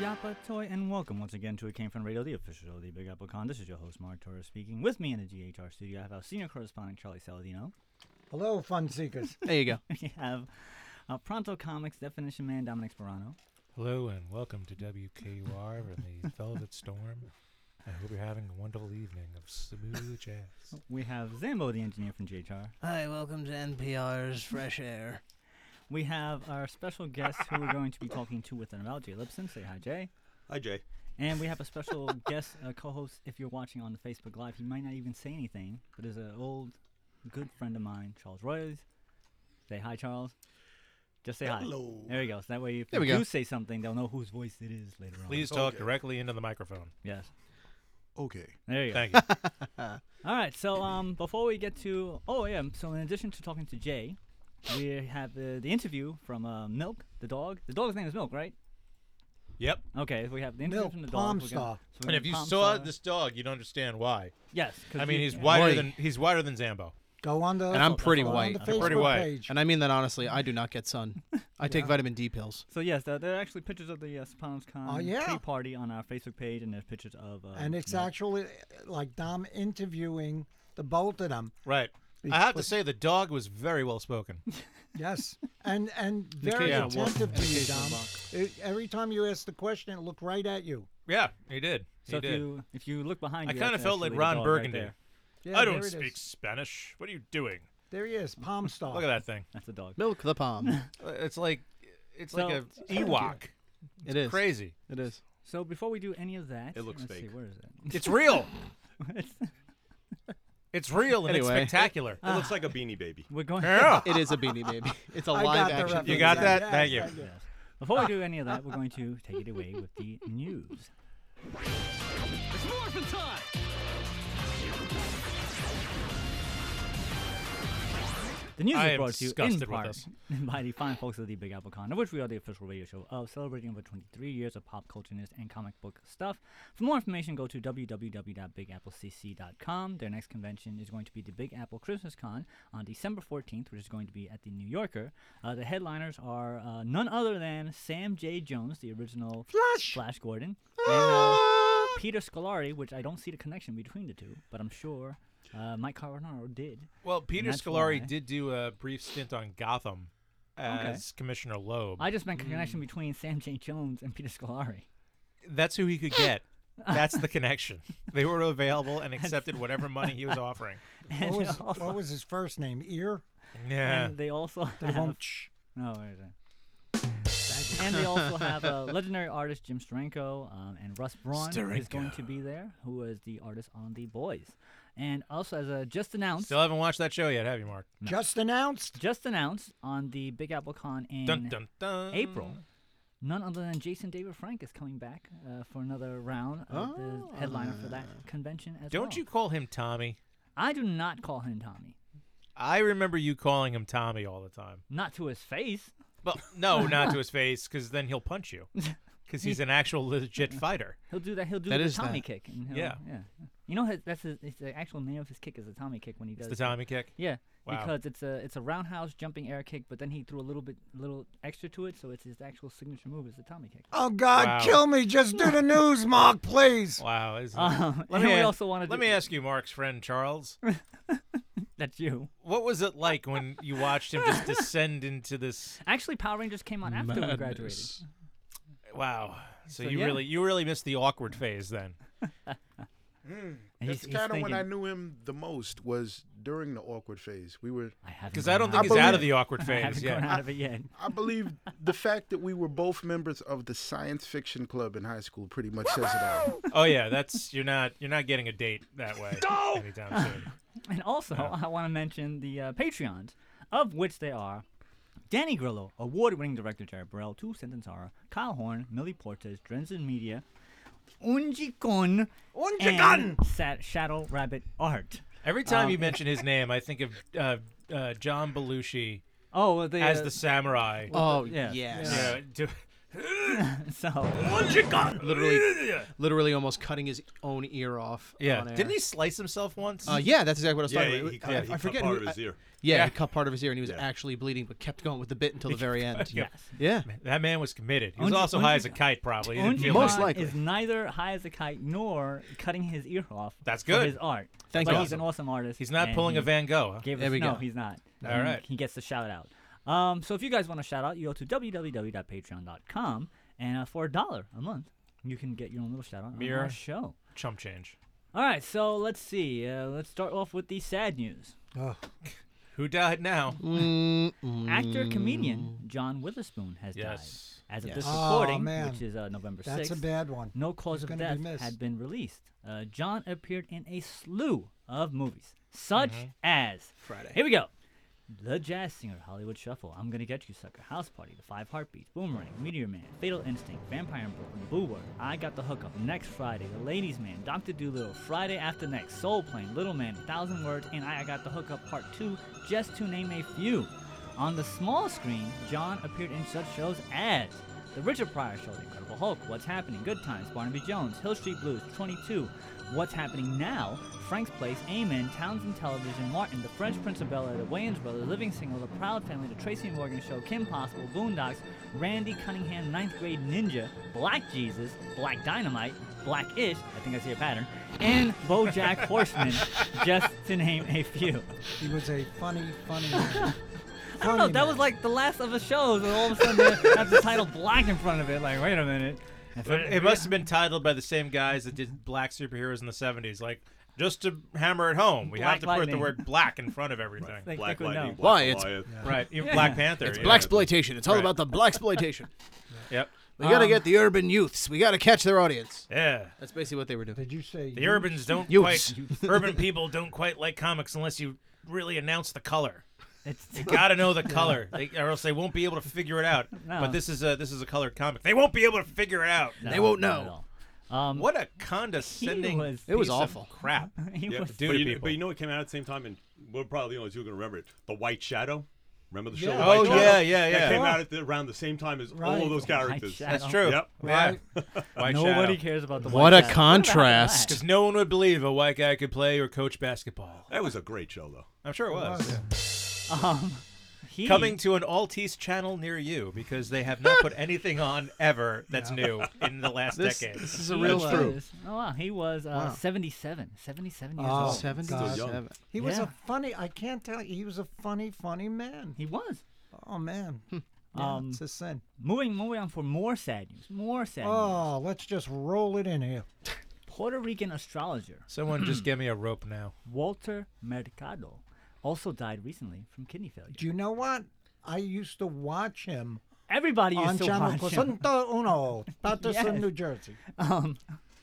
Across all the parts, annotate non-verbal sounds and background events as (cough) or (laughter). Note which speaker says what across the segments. Speaker 1: Yappa Toy, and welcome once again to It Came From Radio, the official of the Big Apple Con. This is your host, Mark Torres, speaking. With me in the GHR studio, I have our senior correspondent, Charlie Saladino.
Speaker 2: Hello, fun seekers.
Speaker 3: (laughs) There you go.
Speaker 1: (laughs) We have uh, Pronto Comics Definition Man, Dominic Sperano.
Speaker 4: Hello and welcome to WKUR and
Speaker 1: (laughs)
Speaker 4: the Velvet Storm. I hope you're having a wonderful evening of
Speaker 1: (laughs)
Speaker 4: smooth jazz.
Speaker 1: We have Zambo, the engineer from GHR.
Speaker 3: Hi, welcome to NPR's Fresh Air.
Speaker 1: We have our special guest who we're going to be talking to with and about, Jay Lipson. Say hi, Jay.
Speaker 5: Hi, Jay.
Speaker 1: And we have a special guest uh, co-host. If you're watching on the Facebook Live, he might not even say anything, but is an old, good friend of mine, Charles Royals. Say hi, Charles. Just say
Speaker 5: Hello.
Speaker 1: hi. There you go. So that way, if
Speaker 3: There
Speaker 1: you
Speaker 3: we
Speaker 1: do
Speaker 3: go.
Speaker 1: say something, they'll know whose voice it is later on.
Speaker 2: Oh,
Speaker 4: Please talk directly into the microphone.
Speaker 1: Yes.
Speaker 5: Okay.
Speaker 1: There you go.
Speaker 4: Thank you.
Speaker 1: (laughs) Uh. All right. So um, before we get to oh yeah, so in addition to talking to Jay, we have uh, the interview from uh, Milk, the dog. The dog's name is Milk, right?
Speaker 4: yep.
Speaker 1: Okay. So we have the interview
Speaker 2: Milk,
Speaker 1: from the
Speaker 2: Palm
Speaker 1: dog. We're gonna-
Speaker 2: Star.
Speaker 1: so we're
Speaker 4: And
Speaker 1: gonna
Speaker 4: if you
Speaker 1: Palm
Speaker 4: saw
Speaker 1: Star-
Speaker 4: this dog, you'd understand why.
Speaker 1: yes. 'cause
Speaker 4: I mean,
Speaker 1: we-
Speaker 4: he's
Speaker 1: yeah.
Speaker 4: wider
Speaker 3: White.
Speaker 4: than he's wider than Zambo.
Speaker 2: Go on the
Speaker 3: And I'm pretty
Speaker 2: go on
Speaker 3: white.
Speaker 2: the
Speaker 3: I'm
Speaker 4: pretty
Speaker 2: Facebook
Speaker 4: white.
Speaker 2: Page.
Speaker 3: And I mean that honestly, I do not get sun. I take vitamin D pills.
Speaker 1: So yes, there, there are actually pictures of the uh, Palms Con
Speaker 2: Oh, yeah.
Speaker 1: tea party on our Facebook page, and there's pictures of. Uh,
Speaker 4: Oh,
Speaker 2: And it's
Speaker 1: Milk.
Speaker 2: actually uh, like Dom interviewing the both of them.
Speaker 4: Right. I have to say the dog was very well
Speaker 1: (laughs)
Speaker 4: spoken.
Speaker 2: Yes, and
Speaker 4: (laughs)
Speaker 2: and very
Speaker 4: Yeah, well,
Speaker 2: attentive to you,
Speaker 4: occasional
Speaker 2: Dom. It- every time you ask the question, it looked right at you.
Speaker 4: Yeah, he did.
Speaker 1: So if you if you look behind
Speaker 4: I
Speaker 1: you,
Speaker 4: kinda
Speaker 1: that's
Speaker 4: felt like
Speaker 1: actually the
Speaker 4: Ron
Speaker 1: dog right
Speaker 4: Burgundy.
Speaker 1: there.
Speaker 2: Yeah,
Speaker 4: I
Speaker 2: there
Speaker 4: don't
Speaker 2: it is.
Speaker 4: speak Spanish. What are you doing?
Speaker 2: There he
Speaker 4: (laughs)
Speaker 2: is, Palm Star.
Speaker 4: Look at that thing.
Speaker 1: That's the dog. (laughs)
Speaker 3: Milk the palm.
Speaker 2: (laughs)
Speaker 4: It's like it's
Speaker 1: So-
Speaker 4: like a Ewok.
Speaker 3: It is.
Speaker 4: Crazy.
Speaker 3: It is.
Speaker 1: So before we do any of that,
Speaker 5: It looks
Speaker 1: let's See,
Speaker 5: fake.
Speaker 1: where is it?
Speaker 4: (laughs) It's
Speaker 1: (laughs)
Speaker 4: real. it's real and
Speaker 3: Anyway.
Speaker 4: it's spectacular.
Speaker 5: It looks like a beanie baby.
Speaker 1: Ah. We're going. (laughs)
Speaker 4: Yeah.
Speaker 3: It is a beanie baby. (laughs) It's a
Speaker 2: I
Speaker 3: live
Speaker 2: got the
Speaker 3: action.
Speaker 2: reference.
Speaker 4: You got
Speaker 2: Yeah,
Speaker 4: that?
Speaker 2: yes,
Speaker 4: Thank you.
Speaker 1: Yes. Before we do any of that, we're going to take it away with the news. The news
Speaker 4: I
Speaker 1: is
Speaker 4: am
Speaker 1: brought to you in
Speaker 4: disgusted with
Speaker 1: part
Speaker 4: this.
Speaker 1: (laughs) by the fine folks of the Big Apple Con, of which we are the official radio show of, celebrating over 23 years of pop culture news and comic book stuff. For more information, go to www.bigapplecc.com. Their next convention is going to be the Big Apple Christmas Con on December 14th, which is going to be at the New Yorker. Uh, the headliners are uh, none other than Sam J. Jones, the original Flash, Gordon, and uh, Peter Scolari, which I don't see the connection between the two, but I'm sure uh, Mike Carbonaro did.
Speaker 4: Well, Peter
Speaker 1: that's
Speaker 4: Scolari
Speaker 1: why.
Speaker 4: did do a brief stint on Gotham as Commissioner Loeb. Mm.
Speaker 1: I just meant connection
Speaker 2: Mm.
Speaker 1: between Sam J. Jones and Peter Scolari.
Speaker 4: That's who he could
Speaker 1: (laughs)
Speaker 4: get. That's the connection. They were available and accepted whatever money he was offering.
Speaker 1: (laughs) And
Speaker 2: What
Speaker 1: they
Speaker 2: was,
Speaker 1: also-
Speaker 2: what was his first name? Ear.
Speaker 4: Yeah.
Speaker 1: and they also have
Speaker 2: Devonch.
Speaker 1: no, wait a second. and they also
Speaker 2: (laughs)
Speaker 1: have uh, legendary artist Jim Steranko um, and Russ Braun is going to be there, who is the artist on The Boys, and also as uh, just announced,
Speaker 4: Still haven't watched that show yet, have you, Mark?
Speaker 2: Just announced.
Speaker 1: just announced on the Big Apple Con in
Speaker 4: Dun dun dun.
Speaker 1: April. None other than Jason David Frank is coming back uh, for another round, uh,
Speaker 2: Oh.
Speaker 1: the headliner for that convention as well.
Speaker 4: Don't you call him Tommy?
Speaker 1: I do not call him Tommy.
Speaker 4: I remember you calling him Tommy all the time.
Speaker 1: Not to his face.
Speaker 4: Well, no, not
Speaker 1: (laughs)
Speaker 4: to his face, because then he'll punch you. Because he's an actual
Speaker 1: (laughs)
Speaker 4: legit fighter.
Speaker 1: He'll do that. He'll do
Speaker 3: That
Speaker 1: the
Speaker 3: is
Speaker 1: Tommy
Speaker 3: that.
Speaker 1: kick. And he'll,
Speaker 4: Yeah.
Speaker 1: yeah. You know his, that's his, his the actual name of his kick is the Tommy kick when he does.
Speaker 4: It's the Tommy kick.
Speaker 1: Yeah.
Speaker 4: Wow.
Speaker 1: Because it's a it's a roundhouse jumping air kick, but then he threw a little bit little extra to it, so it's his actual signature move is the Tommy kick.
Speaker 2: Oh God,
Speaker 4: Wow.
Speaker 2: kill me! Just
Speaker 1: (laughs)
Speaker 2: do the news, Mark, please.
Speaker 4: Wow. Isn't (laughs)
Speaker 1: Um, and we also wanted
Speaker 4: let
Speaker 1: to,
Speaker 4: me ask you, Mark's friend Charles,
Speaker 1: that's you.
Speaker 4: what was it like when you watched him just descend into this?
Speaker 1: Actually, Power Rangers came on after we graduated.
Speaker 4: Wow. So,
Speaker 1: So,
Speaker 4: you
Speaker 1: yeah.
Speaker 4: really you really missed the awkward phase then.
Speaker 1: And
Speaker 5: That's
Speaker 1: he's- he's
Speaker 5: kind of when I
Speaker 1: thinking-
Speaker 5: knew him the most was during the awkward phase. We were
Speaker 1: I haven't
Speaker 4: 'Cause I don't
Speaker 1: gone
Speaker 4: think he's out of
Speaker 5: believe-
Speaker 4: the awkward
Speaker 1: (laughs) I haven't
Speaker 4: phase yet.
Speaker 1: gone out of it yet.
Speaker 5: I believe the fact that we were both members of the science fiction club in high school pretty much says it all.
Speaker 4: Oh yeah, that's you're not you're not getting a date that way anytime soon.
Speaker 1: (laughs) And also, I want to mention the uh, Patreons, of which they are Danny Grillo, award-winning director Jared Burrell, Two Sentence Horror, Kyle Horn, Millie Portes, Drenzen Media, Unji Kun, and Sat- Shadow Rabbit Art. Um,
Speaker 4: Every time you mention his name, I think of uh, uh, John Belushi
Speaker 1: Oh, well, they,
Speaker 4: as
Speaker 1: uh,
Speaker 4: the samurai.
Speaker 3: Oh
Speaker 1: yeah.
Speaker 3: yes.
Speaker 4: You know,
Speaker 2: (laughs)
Speaker 4: do-
Speaker 1: (laughs) so
Speaker 3: Literally, literally almost cutting his own ear off.
Speaker 4: yeah.
Speaker 3: on air.
Speaker 4: Didn't he slice himself once?
Speaker 3: Uh, yeah, that's exactly what I was
Speaker 6: Yeah,
Speaker 3: talking
Speaker 6: he,
Speaker 3: about.
Speaker 6: he
Speaker 3: It-
Speaker 6: cut,
Speaker 3: yeah,
Speaker 6: he
Speaker 3: I
Speaker 6: cut
Speaker 3: forget
Speaker 6: part
Speaker 3: who-
Speaker 6: of his ear.
Speaker 3: Yeah,
Speaker 4: Yeah.
Speaker 3: he cut part of his ear, and he was
Speaker 6: Yeah.
Speaker 3: actually bleeding, but kept going with the
Speaker 4: (laughs)
Speaker 3: bit until the very end.
Speaker 4: Yeah.
Speaker 3: Yeah.
Speaker 4: That man was committed. He
Speaker 1: Unji-
Speaker 4: was also high as a
Speaker 1: Unji-
Speaker 4: kite, probably. He didn't
Speaker 1: Unji
Speaker 4: feel
Speaker 3: Most
Speaker 4: it.
Speaker 1: Kun
Speaker 3: likely.
Speaker 1: is neither high as a kite nor cutting his ear off.
Speaker 4: That's
Speaker 1: for
Speaker 4: good.
Speaker 1: his art.
Speaker 3: Thank
Speaker 1: but
Speaker 3: you.
Speaker 1: he's an awesome artist.
Speaker 4: He's not
Speaker 1: and
Speaker 4: pulling a
Speaker 1: he-
Speaker 4: Van Gogh. huh?
Speaker 1: Gave
Speaker 3: There
Speaker 1: us,
Speaker 3: we
Speaker 1: no,
Speaker 3: go.
Speaker 1: he's not.
Speaker 4: All
Speaker 1: He-
Speaker 4: right.
Speaker 1: He gets the shout out. Um, so if you guys want a shout out, you go to www.patreon.com, and uh, for a dollar a month, you can get your own little shout out on
Speaker 4: Mirror.
Speaker 1: our show.
Speaker 4: Chump change.
Speaker 1: All right, so let's see. Uh, let's start off with the sad news.
Speaker 4: (laughs) Who died now?
Speaker 1: Actor comedian John Witherspoon has
Speaker 4: Yes.
Speaker 1: died. As of
Speaker 3: Yes.
Speaker 1: this
Speaker 2: Aw,
Speaker 1: recording,
Speaker 2: Oh, man.
Speaker 1: which is uh, November 6th,
Speaker 2: That's a bad one.
Speaker 1: no cause
Speaker 2: He's
Speaker 1: of
Speaker 2: gonna
Speaker 1: death
Speaker 2: be missed.
Speaker 1: had been released. Uh, John appeared in a slew of movies, such as
Speaker 3: Friday.
Speaker 1: Here we go. The Jazz Singer, Hollywood Shuffle, I'm Gonna Get You Sucker, House Party, The Five Heartbeats, Boomerang, Meteor Man, Fatal Instinct, Vampire in Brooklyn, Boo Word, I Got the Hookup, Next Friday, The Ladies Man, Dr. Doolittle, Friday After Next, Soul Plane, Little Man, Thousand Words, and I Got the Hookup Part 2, just to name a few. On the small screen, John appeared in such shows as The Richard Pryor Show, The Incredible Hulk, What's Happening, Good Times, Barnaby Jones, Hill Street Blues, 22, What's Happening Now, Frank's Place, Amen, Townsend Television, Martin, The French Prince of Bel-Air, The Wayans Brothers, Living Single, The Proud Family, The Tracy Morgan Show, Kim Possible, Boondocks, Randy Cunningham, Ninth Grade Ninja, Black Jesus, Black Dynamite, Black-ish, I think I see a pattern, and BoJack
Speaker 2: (laughs)
Speaker 1: Horseman, just to name a few.
Speaker 2: He was a funny, funny man.
Speaker 1: I don't know. That was like the last of the shows, and all of a sudden (laughs) they have the title "Black" in front of it. Like, wait a minute.
Speaker 4: It it must have been titled by the same guys that did black superheroes in the 70s. Like, just to hammer it home, we
Speaker 1: Black
Speaker 4: have to put
Speaker 1: Lightning.
Speaker 4: the word black in front of everything.
Speaker 1: Like,
Speaker 6: Black
Speaker 1: they would
Speaker 6: Lightning,
Speaker 1: know.
Speaker 6: Black
Speaker 3: Why, it's-
Speaker 6: Goliath.
Speaker 4: Right. Even Black Panther.
Speaker 3: It's
Speaker 4: yeah.
Speaker 3: black exploitation. It's all
Speaker 4: Right.
Speaker 3: about the black
Speaker 1: (laughs)
Speaker 3: exploitation.
Speaker 4: Yep.
Speaker 3: we gotta
Speaker 1: Um,
Speaker 3: get the urban youths. We gotta catch their audience.
Speaker 4: Yeah.
Speaker 3: That's basically what they were doing.
Speaker 2: Did you say
Speaker 4: The urbans don't
Speaker 3: Youths.
Speaker 4: quite. (laughs) urban people don't quite like comics unless you really announce the color.
Speaker 1: It's,
Speaker 4: You gotta know
Speaker 1: (laughs)
Speaker 4: the color, they, or else they won't be able to figure it out.
Speaker 1: No.
Speaker 4: But this is a this is a colored comic. They won't be able to figure it out.
Speaker 1: no,
Speaker 3: They won't
Speaker 1: not at
Speaker 3: know.
Speaker 1: all. Um,
Speaker 4: What a condescending.
Speaker 1: He was-
Speaker 3: It was
Speaker 4: piece of
Speaker 3: awful.
Speaker 4: (laughs) crap.
Speaker 1: (laughs) He
Speaker 6: Yeah,
Speaker 1: was,
Speaker 4: dude.
Speaker 6: but,
Speaker 4: to
Speaker 6: you, kn-
Speaker 4: people.
Speaker 6: but you know what came out at the same time, and we're probably the only ones who can remember it. The White Shadow. Remember the show?
Speaker 2: Yeah.
Speaker 6: The
Speaker 4: Oh,
Speaker 6: White Shadow?
Speaker 4: yeah, yeah, yeah.
Speaker 6: That came
Speaker 4: Yeah.
Speaker 6: out at the, around the same time as
Speaker 2: Right.
Speaker 6: all of those
Speaker 1: White
Speaker 6: characters.
Speaker 1: Shadow.
Speaker 4: That's true.
Speaker 6: Yep.
Speaker 2: Right.
Speaker 6: (laughs)
Speaker 4: Yeah. (laughs) White
Speaker 1: nobody
Speaker 4: Shadow.
Speaker 1: cares about the.
Speaker 3: What
Speaker 1: white
Speaker 3: a
Speaker 1: guy.
Speaker 3: contrast.
Speaker 4: Because no one would believe a white guy could play or coach basketball.
Speaker 6: That was a great show, though.
Speaker 4: I'm sure it
Speaker 1: Oh,
Speaker 4: was.
Speaker 1: (laughs) Um, he,
Speaker 4: Coming to an Altice channel near you because they have not put anything on ever that's new in the last
Speaker 3: This,
Speaker 4: decade.
Speaker 3: this is a
Speaker 1: he
Speaker 3: real
Speaker 1: was,
Speaker 3: true.
Speaker 1: Oh wow, he was uh, 77, 77 years
Speaker 2: Oh.
Speaker 1: old.
Speaker 2: Seven-
Speaker 3: Seventy-seven.
Speaker 2: he was
Speaker 1: Yeah.
Speaker 2: a funny? I can't tell you. He was a funny, funny man.
Speaker 1: He was.
Speaker 2: Oh man, yeah,
Speaker 1: Um,
Speaker 2: it's a sin.
Speaker 1: Moving, moving on for more sad news. More sad news.
Speaker 2: Oh, let's just roll it in here.
Speaker 1: Puerto Rican astrologer
Speaker 4: (clears throat) Someone just give me a rope now.
Speaker 1: Walter Mercado also died recently from kidney failure.
Speaker 2: Do you know what? I used to watch him
Speaker 1: Everybody used
Speaker 2: on
Speaker 1: to
Speaker 2: Channel
Speaker 1: watch him. (laughs)
Speaker 2: Cosunto Uno, Patterson,
Speaker 1: Yes.
Speaker 2: New Jersey.
Speaker 1: Um,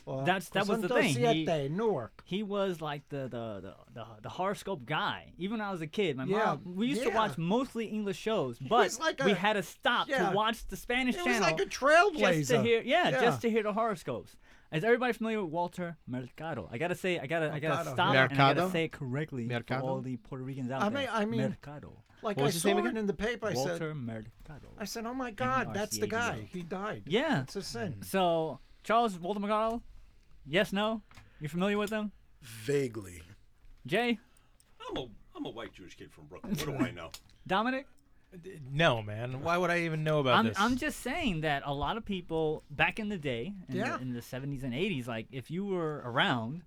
Speaker 2: Or
Speaker 1: That's- that was the
Speaker 2: Cosunto
Speaker 1: thing. He-
Speaker 2: Siete, Newark.
Speaker 1: he was like the the, the the the horoscope guy. Even when I was a kid, my
Speaker 2: Yeah,
Speaker 1: mom we used to
Speaker 2: yeah.
Speaker 1: watch mostly English shows, but
Speaker 2: was like
Speaker 1: we
Speaker 2: a-
Speaker 1: had to stop
Speaker 2: yeah.
Speaker 1: to watch the Spanish
Speaker 2: It was
Speaker 1: channel
Speaker 2: like a
Speaker 1: just to
Speaker 2: trailblazer.
Speaker 1: hear yeah,
Speaker 2: Yeah.
Speaker 1: just to hear the horoscopes. Is everybody familiar with Walter Mercado? I gotta say, I gotta, I gotta
Speaker 2: Mercado.
Speaker 1: stop and I gotta
Speaker 3: Mercado?
Speaker 1: say it correctly
Speaker 3: Mercado?
Speaker 1: for all the Puerto Ricans out
Speaker 2: I
Speaker 1: there.
Speaker 2: mean- I mean-
Speaker 1: Mercado,
Speaker 2: Like
Speaker 3: What
Speaker 2: I
Speaker 3: was his
Speaker 2: saw
Speaker 3: name
Speaker 2: it
Speaker 3: again?
Speaker 2: in the paper. I
Speaker 1: Walter
Speaker 2: said,
Speaker 1: Mercado.
Speaker 2: I said, oh my God, that's the
Speaker 1: M-E-R-C-A-D-O.
Speaker 2: guy. He died.
Speaker 1: Yeah. Mm.
Speaker 2: it's a sin.
Speaker 1: So Charles Walter Mercado, yes, no, you familiar with him?
Speaker 5: Vaguely.
Speaker 1: Jay,
Speaker 6: I'm a, I'm a white Jewish kid from Brooklyn. What do I know?
Speaker 1: Dominic.
Speaker 4: No, man. Why would I even know about
Speaker 1: I'm,
Speaker 4: this?
Speaker 1: I'm just saying that a lot of people back in the day, in,
Speaker 2: Yeah.
Speaker 1: the, in the 70s and 80s, like if you were around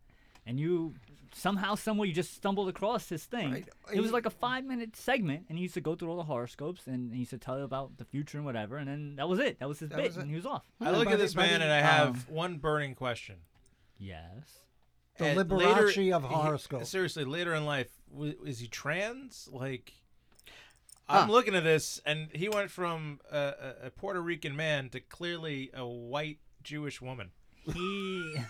Speaker 1: and you somehow, somewhere, you just stumbled across this thing,
Speaker 2: Right.
Speaker 1: it was
Speaker 2: I-
Speaker 1: like a five minute segment, and he used to go through all the horoscopes and he used to tell you about the future and whatever, and then that was it. That was his
Speaker 2: That
Speaker 1: bit,
Speaker 2: was it.
Speaker 1: and he was off. Um,
Speaker 4: I look
Speaker 2: By
Speaker 4: at
Speaker 2: the-
Speaker 4: this
Speaker 2: by
Speaker 4: man
Speaker 2: the-
Speaker 4: and I have one burning question.
Speaker 1: Yes.
Speaker 2: The
Speaker 4: and
Speaker 2: Liberace
Speaker 4: later,
Speaker 2: of
Speaker 4: he-
Speaker 2: horoscope.
Speaker 4: seriously, later in life, w- is he trans? Like, I'm looking at this, and he went from a, a, a Puerto Rican man to clearly a white Jewish woman.
Speaker 1: He. Um,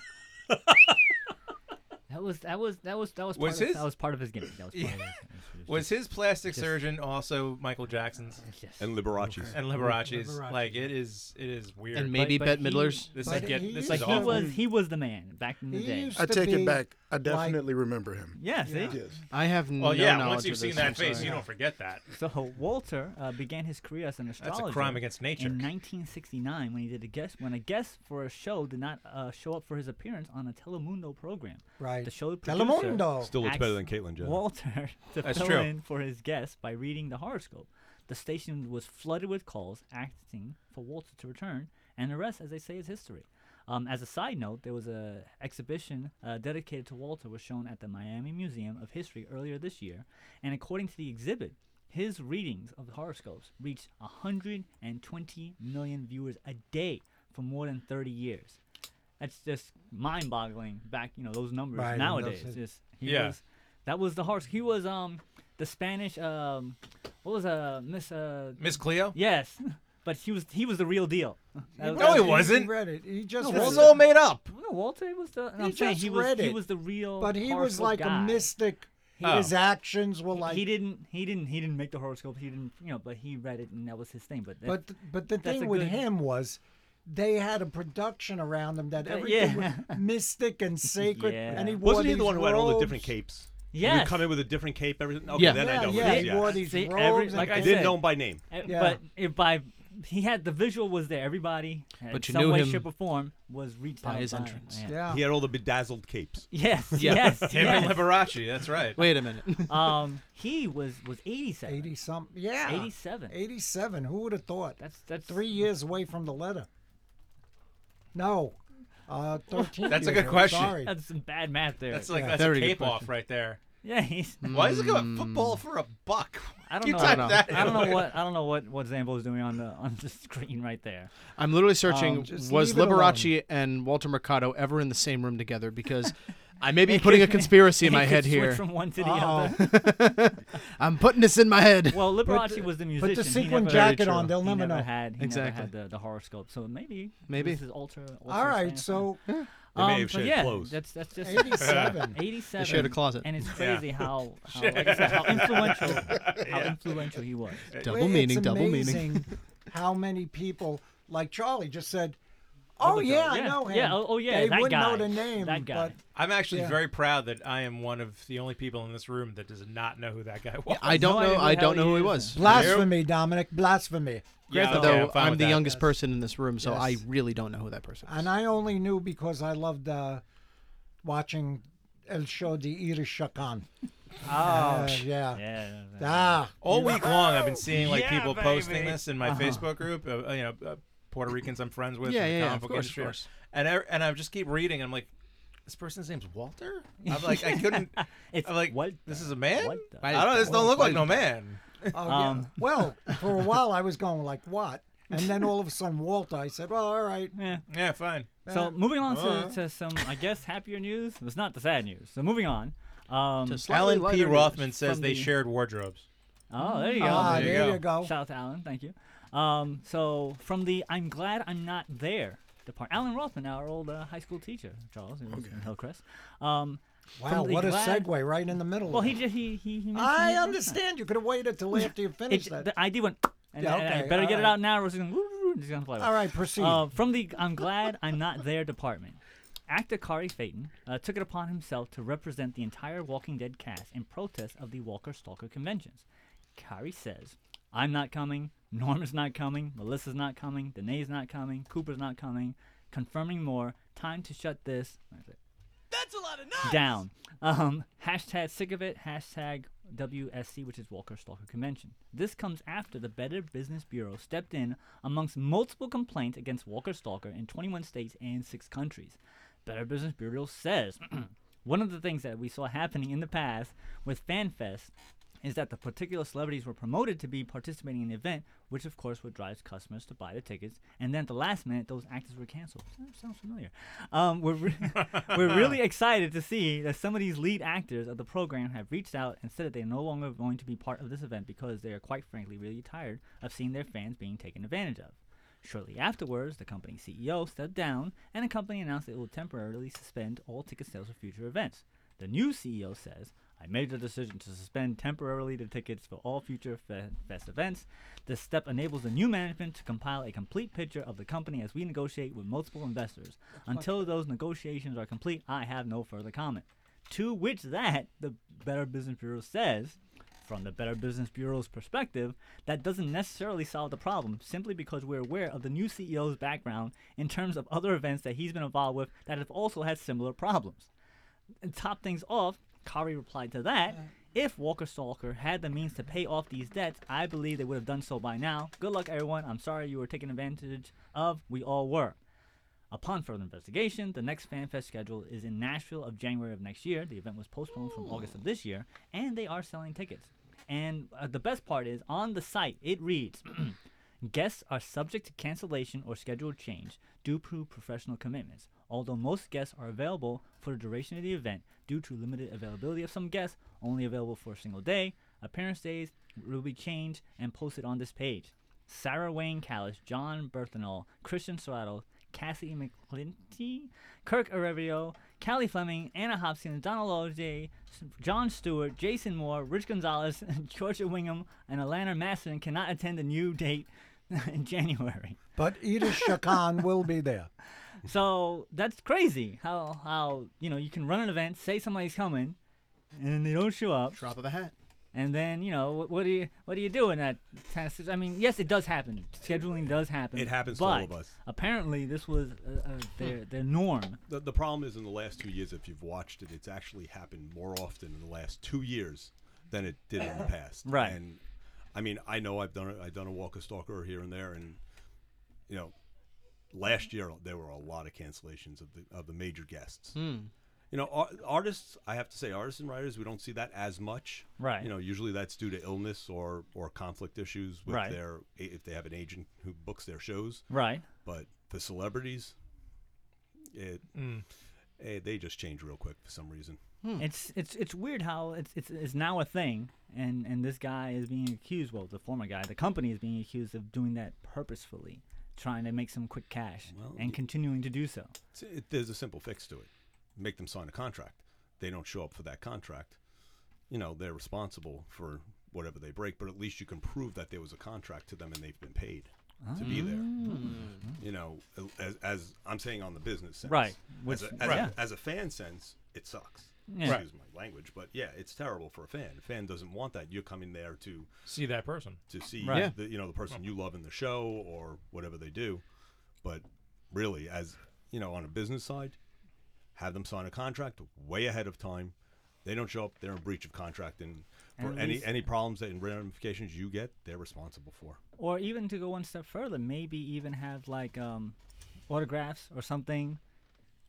Speaker 1: that was that was that was that was part
Speaker 4: Was
Speaker 1: of,
Speaker 4: his-
Speaker 1: that was part of his gimmick. That was part
Speaker 4: (laughs)
Speaker 1: of his gimmick. It
Speaker 4: Was his plastic surgeon also Michael
Speaker 3: (laughs)
Speaker 4: Jackson's
Speaker 1: just- yes.
Speaker 6: and Liberace's.
Speaker 4: and Liberace's?
Speaker 2: Liberace.
Speaker 4: Like, it is, it is weird.
Speaker 3: and maybe
Speaker 1: but
Speaker 3: Bette
Speaker 1: he-
Speaker 3: Midler's.
Speaker 4: this
Speaker 2: But
Speaker 4: is get,
Speaker 2: he
Speaker 4: this is
Speaker 2: used
Speaker 1: Like
Speaker 2: to-
Speaker 1: he
Speaker 4: awful.
Speaker 1: was he was the man back in the
Speaker 2: He
Speaker 1: day.
Speaker 2: used
Speaker 5: I
Speaker 2: to
Speaker 5: take
Speaker 2: be
Speaker 5: it back. I
Speaker 2: like-
Speaker 5: definitely remember him.
Speaker 1: Yeah, see?
Speaker 3: I have no
Speaker 4: Well, yeah.
Speaker 3: knowledge
Speaker 4: Once you've
Speaker 3: of
Speaker 4: seen
Speaker 3: this, I'm
Speaker 4: that face,
Speaker 3: sorry.
Speaker 4: you don't forget that.
Speaker 1: So Walter uh, began his career as an astrologer.
Speaker 4: crime against nature.
Speaker 1: In 1969, when he did a guest, when a guest for a show did not uh, show up for his appearance on a Telemundo program,
Speaker 2: Right.
Speaker 1: The show producer
Speaker 2: Telemundo.
Speaker 6: Still looks
Speaker 1: asked
Speaker 6: better than Caitlyn Jenner.
Speaker 1: Walter (laughs) to
Speaker 4: That's
Speaker 1: fill
Speaker 4: true.
Speaker 1: in for his guest by reading the horoscope. The station was flooded with calls asking for Walter to return, and the rest, as they say, is history. Um, as a side note, there was a exhibition uh, dedicated to Walter was shown at the Miami Museum of History earlier this year, and according to the exhibit, his readings of the horoscopes reached 120 million viewers a day for more than 30 years. That's just mind-boggling. Back, you know, those numbers
Speaker 2: Right, and
Speaker 1: nowadays.
Speaker 2: those-
Speaker 1: Just he
Speaker 4: Yeah.
Speaker 1: was that was the horse. He was um the Spanish um what was uh Miss uh
Speaker 4: Miss Cleo?
Speaker 1: yes, (laughs) but he was he was the real deal. (laughs) That was-
Speaker 4: No, he
Speaker 1: that was-
Speaker 4: wasn't.
Speaker 2: He read it. He just
Speaker 4: This
Speaker 2: read
Speaker 4: is
Speaker 2: it.
Speaker 4: all made up.
Speaker 1: No, Walter was the.
Speaker 2: He
Speaker 1: I'm saying
Speaker 2: just
Speaker 1: he was
Speaker 2: read
Speaker 1: he
Speaker 2: it.
Speaker 1: was the real.
Speaker 2: But he was
Speaker 1: horoscope
Speaker 2: like
Speaker 1: guy.
Speaker 2: a mystic.
Speaker 4: Oh.
Speaker 2: His actions were like.
Speaker 1: he didn't he didn't he didn't make the horoscope. He didn't you know, but he read it and that was his thing. But that-
Speaker 2: but but the
Speaker 1: that's
Speaker 2: thing
Speaker 1: a
Speaker 2: with
Speaker 1: good-
Speaker 2: him was, they had a production around them that everything
Speaker 1: yeah. (laughs)
Speaker 2: was mystic and sacred,
Speaker 1: Yeah.
Speaker 2: and he wore
Speaker 6: Wasn't he
Speaker 2: these
Speaker 6: the one who had all the
Speaker 2: robes.
Speaker 6: different capes?
Speaker 1: yes,
Speaker 6: You come in with a different cape, everything. Okay,
Speaker 3: Yeah.
Speaker 6: then I
Speaker 2: Yeah,
Speaker 6: know.
Speaker 2: yeah,
Speaker 6: it is,
Speaker 2: he wore these
Speaker 1: See,
Speaker 2: robes.
Speaker 1: every-
Speaker 2: and
Speaker 1: like
Speaker 6: I
Speaker 1: I
Speaker 2: things.
Speaker 1: said,
Speaker 6: didn't know him by name.
Speaker 1: Uh,
Speaker 2: Yeah.
Speaker 1: But if by he had the visual was there. Everybody, in
Speaker 3: But you
Speaker 1: some
Speaker 3: knew
Speaker 1: way,
Speaker 3: him
Speaker 1: shape, or form, was reached
Speaker 3: by
Speaker 1: out
Speaker 3: his
Speaker 1: him.
Speaker 3: entrance.
Speaker 1: Yeah.
Speaker 2: Yeah.
Speaker 6: He had all the bedazzled capes.
Speaker 1: (laughs) Yes,
Speaker 3: (laughs) Yeah.
Speaker 6: (laughs)
Speaker 1: yes,
Speaker 4: Him and
Speaker 1: yes.
Speaker 4: Liberace. That's right.
Speaker 3: Wait a minute. (laughs)
Speaker 1: (laughs) Um, he was was eighty seven.
Speaker 2: 80 something. Yeah.
Speaker 1: 87.
Speaker 2: 87. Who would have thought?
Speaker 1: That's that's
Speaker 2: Three years away from the letter. No. Uh, 13.
Speaker 4: That's a
Speaker 2: years.
Speaker 4: good
Speaker 2: I'm
Speaker 4: question.
Speaker 2: Sorry.
Speaker 1: That's some bad math there.
Speaker 4: That's like that's
Speaker 3: Very
Speaker 4: a
Speaker 3: good
Speaker 4: cape off
Speaker 3: question.
Speaker 4: right there.
Speaker 1: yeah, he's.
Speaker 3: Hmm.
Speaker 4: Why does it go at football for a buck?
Speaker 1: I don't
Speaker 4: you
Speaker 1: know.
Speaker 4: type
Speaker 3: know.
Speaker 4: that.
Speaker 1: I don't
Speaker 4: in.
Speaker 1: know what I don't know what what Zambo's doing on the on the (laughs) screen right there.
Speaker 3: (laughs) I'm literally searching
Speaker 1: Um,
Speaker 2: just
Speaker 3: was
Speaker 2: leave it alone.
Speaker 3: Liberace and Walter Mercado ever in the same room together
Speaker 1: (laughs)
Speaker 3: because I may be putting a conspiracy in my
Speaker 1: He
Speaker 3: head
Speaker 1: could switch
Speaker 3: here.
Speaker 1: From one to the
Speaker 2: Uh-oh.
Speaker 1: other.
Speaker 3: (laughs) I'm putting this in my head.
Speaker 1: Well, Liberace
Speaker 2: the-
Speaker 1: was the musician.
Speaker 2: Oh. Put the
Speaker 1: He
Speaker 2: sequin
Speaker 1: never-
Speaker 2: jacket
Speaker 3: true.
Speaker 2: on. They'll
Speaker 1: he
Speaker 2: never
Speaker 1: never
Speaker 2: know.
Speaker 1: Had, he
Speaker 3: Exactly.
Speaker 1: never had the, the horoscope, so maybe
Speaker 3: Maybe.
Speaker 1: this is alter.
Speaker 2: All right. So
Speaker 6: They may have shared
Speaker 1: Um, yeah,
Speaker 6: clothes.
Speaker 1: That's that's just (laughs)
Speaker 2: 87.
Speaker 1: 87.
Speaker 3: They shared a closet. (laughs)
Speaker 1: And it's crazy
Speaker 2: (laughs)
Speaker 1: how how, like I said, how influential how influential he was.
Speaker 3: double
Speaker 2: Well,
Speaker 3: meaning,
Speaker 2: it's
Speaker 3: double meaning.
Speaker 2: amazing (laughs) how many people, like Charlie, just said, "Oh
Speaker 1: Charlie,
Speaker 2: yeah, I
Speaker 1: yeah.
Speaker 2: know him."
Speaker 1: Yeah, oh- oh, yeah,
Speaker 2: They
Speaker 1: that
Speaker 2: wouldn't know
Speaker 1: guy.
Speaker 2: the name.
Speaker 1: That guy.
Speaker 2: But
Speaker 4: I'm actually
Speaker 2: Yeah.
Speaker 4: very proud that I am one of the only people in this room that does not know who that guy was.
Speaker 3: I don't
Speaker 1: No
Speaker 3: know.
Speaker 1: idea who
Speaker 3: I
Speaker 1: the
Speaker 3: don't
Speaker 1: hell
Speaker 3: know who
Speaker 1: he
Speaker 4: Oh,
Speaker 3: he
Speaker 1: is.
Speaker 3: was.
Speaker 2: blasphemy, Dominic, blasphemy.
Speaker 4: yeah,
Speaker 3: Though
Speaker 4: okay, I'm fine
Speaker 3: I'm
Speaker 4: with
Speaker 3: the
Speaker 4: that.
Speaker 3: youngest person in this room, so I
Speaker 2: Yes.
Speaker 3: really don't know who that person is.
Speaker 2: And I only knew because I loved uh, watching El Show de
Speaker 1: (laughs)
Speaker 2: Irish Shakan.
Speaker 1: Oh,
Speaker 2: Uh, yeah.
Speaker 1: yeah.
Speaker 2: Ah, Uh-huh.
Speaker 4: All week long, I've been seeing like
Speaker 1: Yeah,
Speaker 4: people posting
Speaker 1: baby.
Speaker 4: this in my Facebook group. Uh, uh, you know, uh, Puerto Ricans I'm friends with.
Speaker 3: Yeah,
Speaker 4: in the
Speaker 3: yeah, yeah,
Speaker 4: comic
Speaker 3: of
Speaker 4: book
Speaker 3: course, of
Speaker 4: industry.
Speaker 3: course.
Speaker 4: And I, and I just keep reading. I'm like, this person's name's Walter. I'm like, I couldn't.
Speaker 1: (laughs) It's
Speaker 4: I'm like,
Speaker 1: what?
Speaker 4: This is a man.
Speaker 1: What the-
Speaker 4: I don't. This don't look like no man.
Speaker 2: (laughs) oh, yeah.
Speaker 1: Um.
Speaker 2: Well, for a while I was going like, "What?" And then all of a sudden, Walter, I said, "Well, all right."
Speaker 1: Yeah.
Speaker 4: Yeah, fine. Uh-huh.
Speaker 1: So moving on to, to some, I guess, happier news. It's not the sad news. So moving on. Um, (laughs)
Speaker 3: To slightly
Speaker 4: Alan P.
Speaker 3: lighter news.
Speaker 4: Rothman says
Speaker 1: from
Speaker 4: they
Speaker 1: the-
Speaker 4: shared wardrobes.
Speaker 1: oh, there you go.
Speaker 2: Ah,
Speaker 4: there you
Speaker 2: there
Speaker 4: go.
Speaker 2: you go.
Speaker 1: Shout out to Alan. Thank you. Um, so from the I'm glad I'm not there department, Alan Rothman, our old uh, high school teacher, Charles, who was in Hillcrest. Um,
Speaker 2: Wow,
Speaker 1: from the
Speaker 2: what a
Speaker 1: glad-
Speaker 2: segue right in the middle.
Speaker 1: Well,
Speaker 2: of
Speaker 1: he
Speaker 2: it.
Speaker 1: ju- he he. he mentioned
Speaker 2: I
Speaker 1: it last
Speaker 2: understand. You could have waited till
Speaker 1: (laughs)
Speaker 2: after you
Speaker 1: time. It,
Speaker 2: finished
Speaker 1: ju-
Speaker 2: that.
Speaker 1: the ID went. And,
Speaker 2: Yeah,
Speaker 1: and I
Speaker 2: okay,
Speaker 1: better get it
Speaker 2: alright.
Speaker 1: out now, or it's gonna, it's gonna fly away.
Speaker 2: All right, proceed.
Speaker 1: Uh, from the I'm glad I'm not there department, actor Kari Phaeton uh, took it upon himself to represent the entire Walking Dead cast in protest of the Walker Stalker conventions. Kari says, I'm not coming, Norm is not coming, Melissa's not coming, Danae's not coming, Cooper's not coming, confirming more, time to shut this That's a lot of down. Um, hashtag sick of it, hashtag WSC, which is Walker Stalker Convention. This comes after the Better Business Bureau stepped in amongst multiple complaints against Walker Stalker in 21 states and six countries. Better Business (clears throat) Bureau says one of the things that we saw happening in the past with FanFest is that the particular celebrities were promoted to be participating in the event, which of course would drive customers to buy the tickets. And then at the last minute, those actors were canceled. That sounds familiar. Um, we're, re- we're really excited to see that some of these lead actors of the program have reached out and said that they're no longer going to be part of this event because they are quite frankly really tired of seeing their fans being taken advantage of. Shortly afterwards, the company's CEO stepped down, and the company announced that it will temporarily suspend all ticket sales for future events. The new CEO says, I made the decision to suspend temporarily the tickets for all future fe- Fest events. This step enables the new management to compile a complete picture of the company as we negotiate with multiple investors. Until those negotiations are complete, I have no further comment. To which that, the Better Business Bureau says, from the Better Business Bureau's perspective, that doesn't necessarily solve the problem simply because we're aware of the new CEO's background in terms of other events that he's been involved with that have also had similar problems. And to top things off, Kari replied to that. If Walker Stalker had the means to pay off these debts, I believe they would have done so by now. Good luck, everyone. I'm sorry you were taken advantage of. We all were. Upon further investigation, the next FanFest schedule is in Nashville of January of next year. The event was postponed from August of this year, and they are selling tickets. And uh, the best part is on the site, it reads (clears throat) Guests are subject to cancellation or schedule change due to professional commitments. Although most guests are available for the duration of the event, due to limited availability of some guests, only available for a single day, appearance days will be changed and posted on this page. Sarah Wayne Callis, John Berthenol, Christian Serrato, Cassie McClinty, Kirk Arevio, Callie Fleming, Anna Hopkins, Donald O.J., John Stewart, Jason Moore, Rich Gonzalez, (laughs) Georgia Wingham, and Alana Masson cannot attend the new date (laughs) in January.
Speaker 2: But Ida Shakan will
Speaker 4: (laughs)
Speaker 2: be there.
Speaker 1: So that's crazy how how you know you can run an event, say somebody's coming, and then they don't show up,
Speaker 3: Drop of a hat.
Speaker 1: and then you know what, what do you what do you do in that test? I mean, yes, it does happen. Scheduling does happen.
Speaker 6: It happens to
Speaker 1: but
Speaker 6: all of us. Hmm.
Speaker 1: Apparently, this was uh, uh, their their norm.
Speaker 6: The, the problem is in the last two years, if you've watched it, it's actually happened more often in the last two years than it did in the past.
Speaker 1: Right.
Speaker 6: And I mean, I know I've done a, I've done a walk a stalker here and there, and you know, last year there were a lot of cancellations of the of the major guests. You know, ar- artists. I have to say, artists and writers, we don't see that as much.
Speaker 1: Right.
Speaker 6: You know, usually that's due to illness or or conflict issues with
Speaker 1: Right.
Speaker 6: their if they have an agent who books their shows.
Speaker 1: Right.
Speaker 6: But for celebrities, it eh, they just change real quick for some reason.
Speaker 1: It's it's it's weird how it's, it's it's now a thing, and and this guy is being accused. Well, the former guy, the company is being accused of doing that purposefully, trying to make some quick cash
Speaker 6: Well,
Speaker 1: and
Speaker 6: y-
Speaker 1: continuing to do so.
Speaker 6: It's, it, there's a simple fix to it: make them sign a contract. They don't show up for that contract, you know they're responsible for whatever they break. But at least you can prove that there was a contract to them and they've been paid to be there. You know, as, as I'm saying on the business sense,
Speaker 1: Right, which-
Speaker 6: As a, as,
Speaker 1: right.
Speaker 6: a, as a fan sense, it sucks.
Speaker 1: Yeah.
Speaker 6: Excuse my language, but yeah, it's terrible for a fan. A fan doesn't want that. You're coming there to
Speaker 7: See that person.
Speaker 6: to see
Speaker 1: Right. Yeah.
Speaker 6: the, you know the person you love in the show or whatever they do but really as you know on a business side have them sign a contract way ahead of time they don't show up they're in breach of contract and for
Speaker 1: And at
Speaker 6: any
Speaker 1: least-
Speaker 6: any problems and ramifications you get they're responsible for
Speaker 1: Or even to go one step further, maybe even have like um, autographs or something.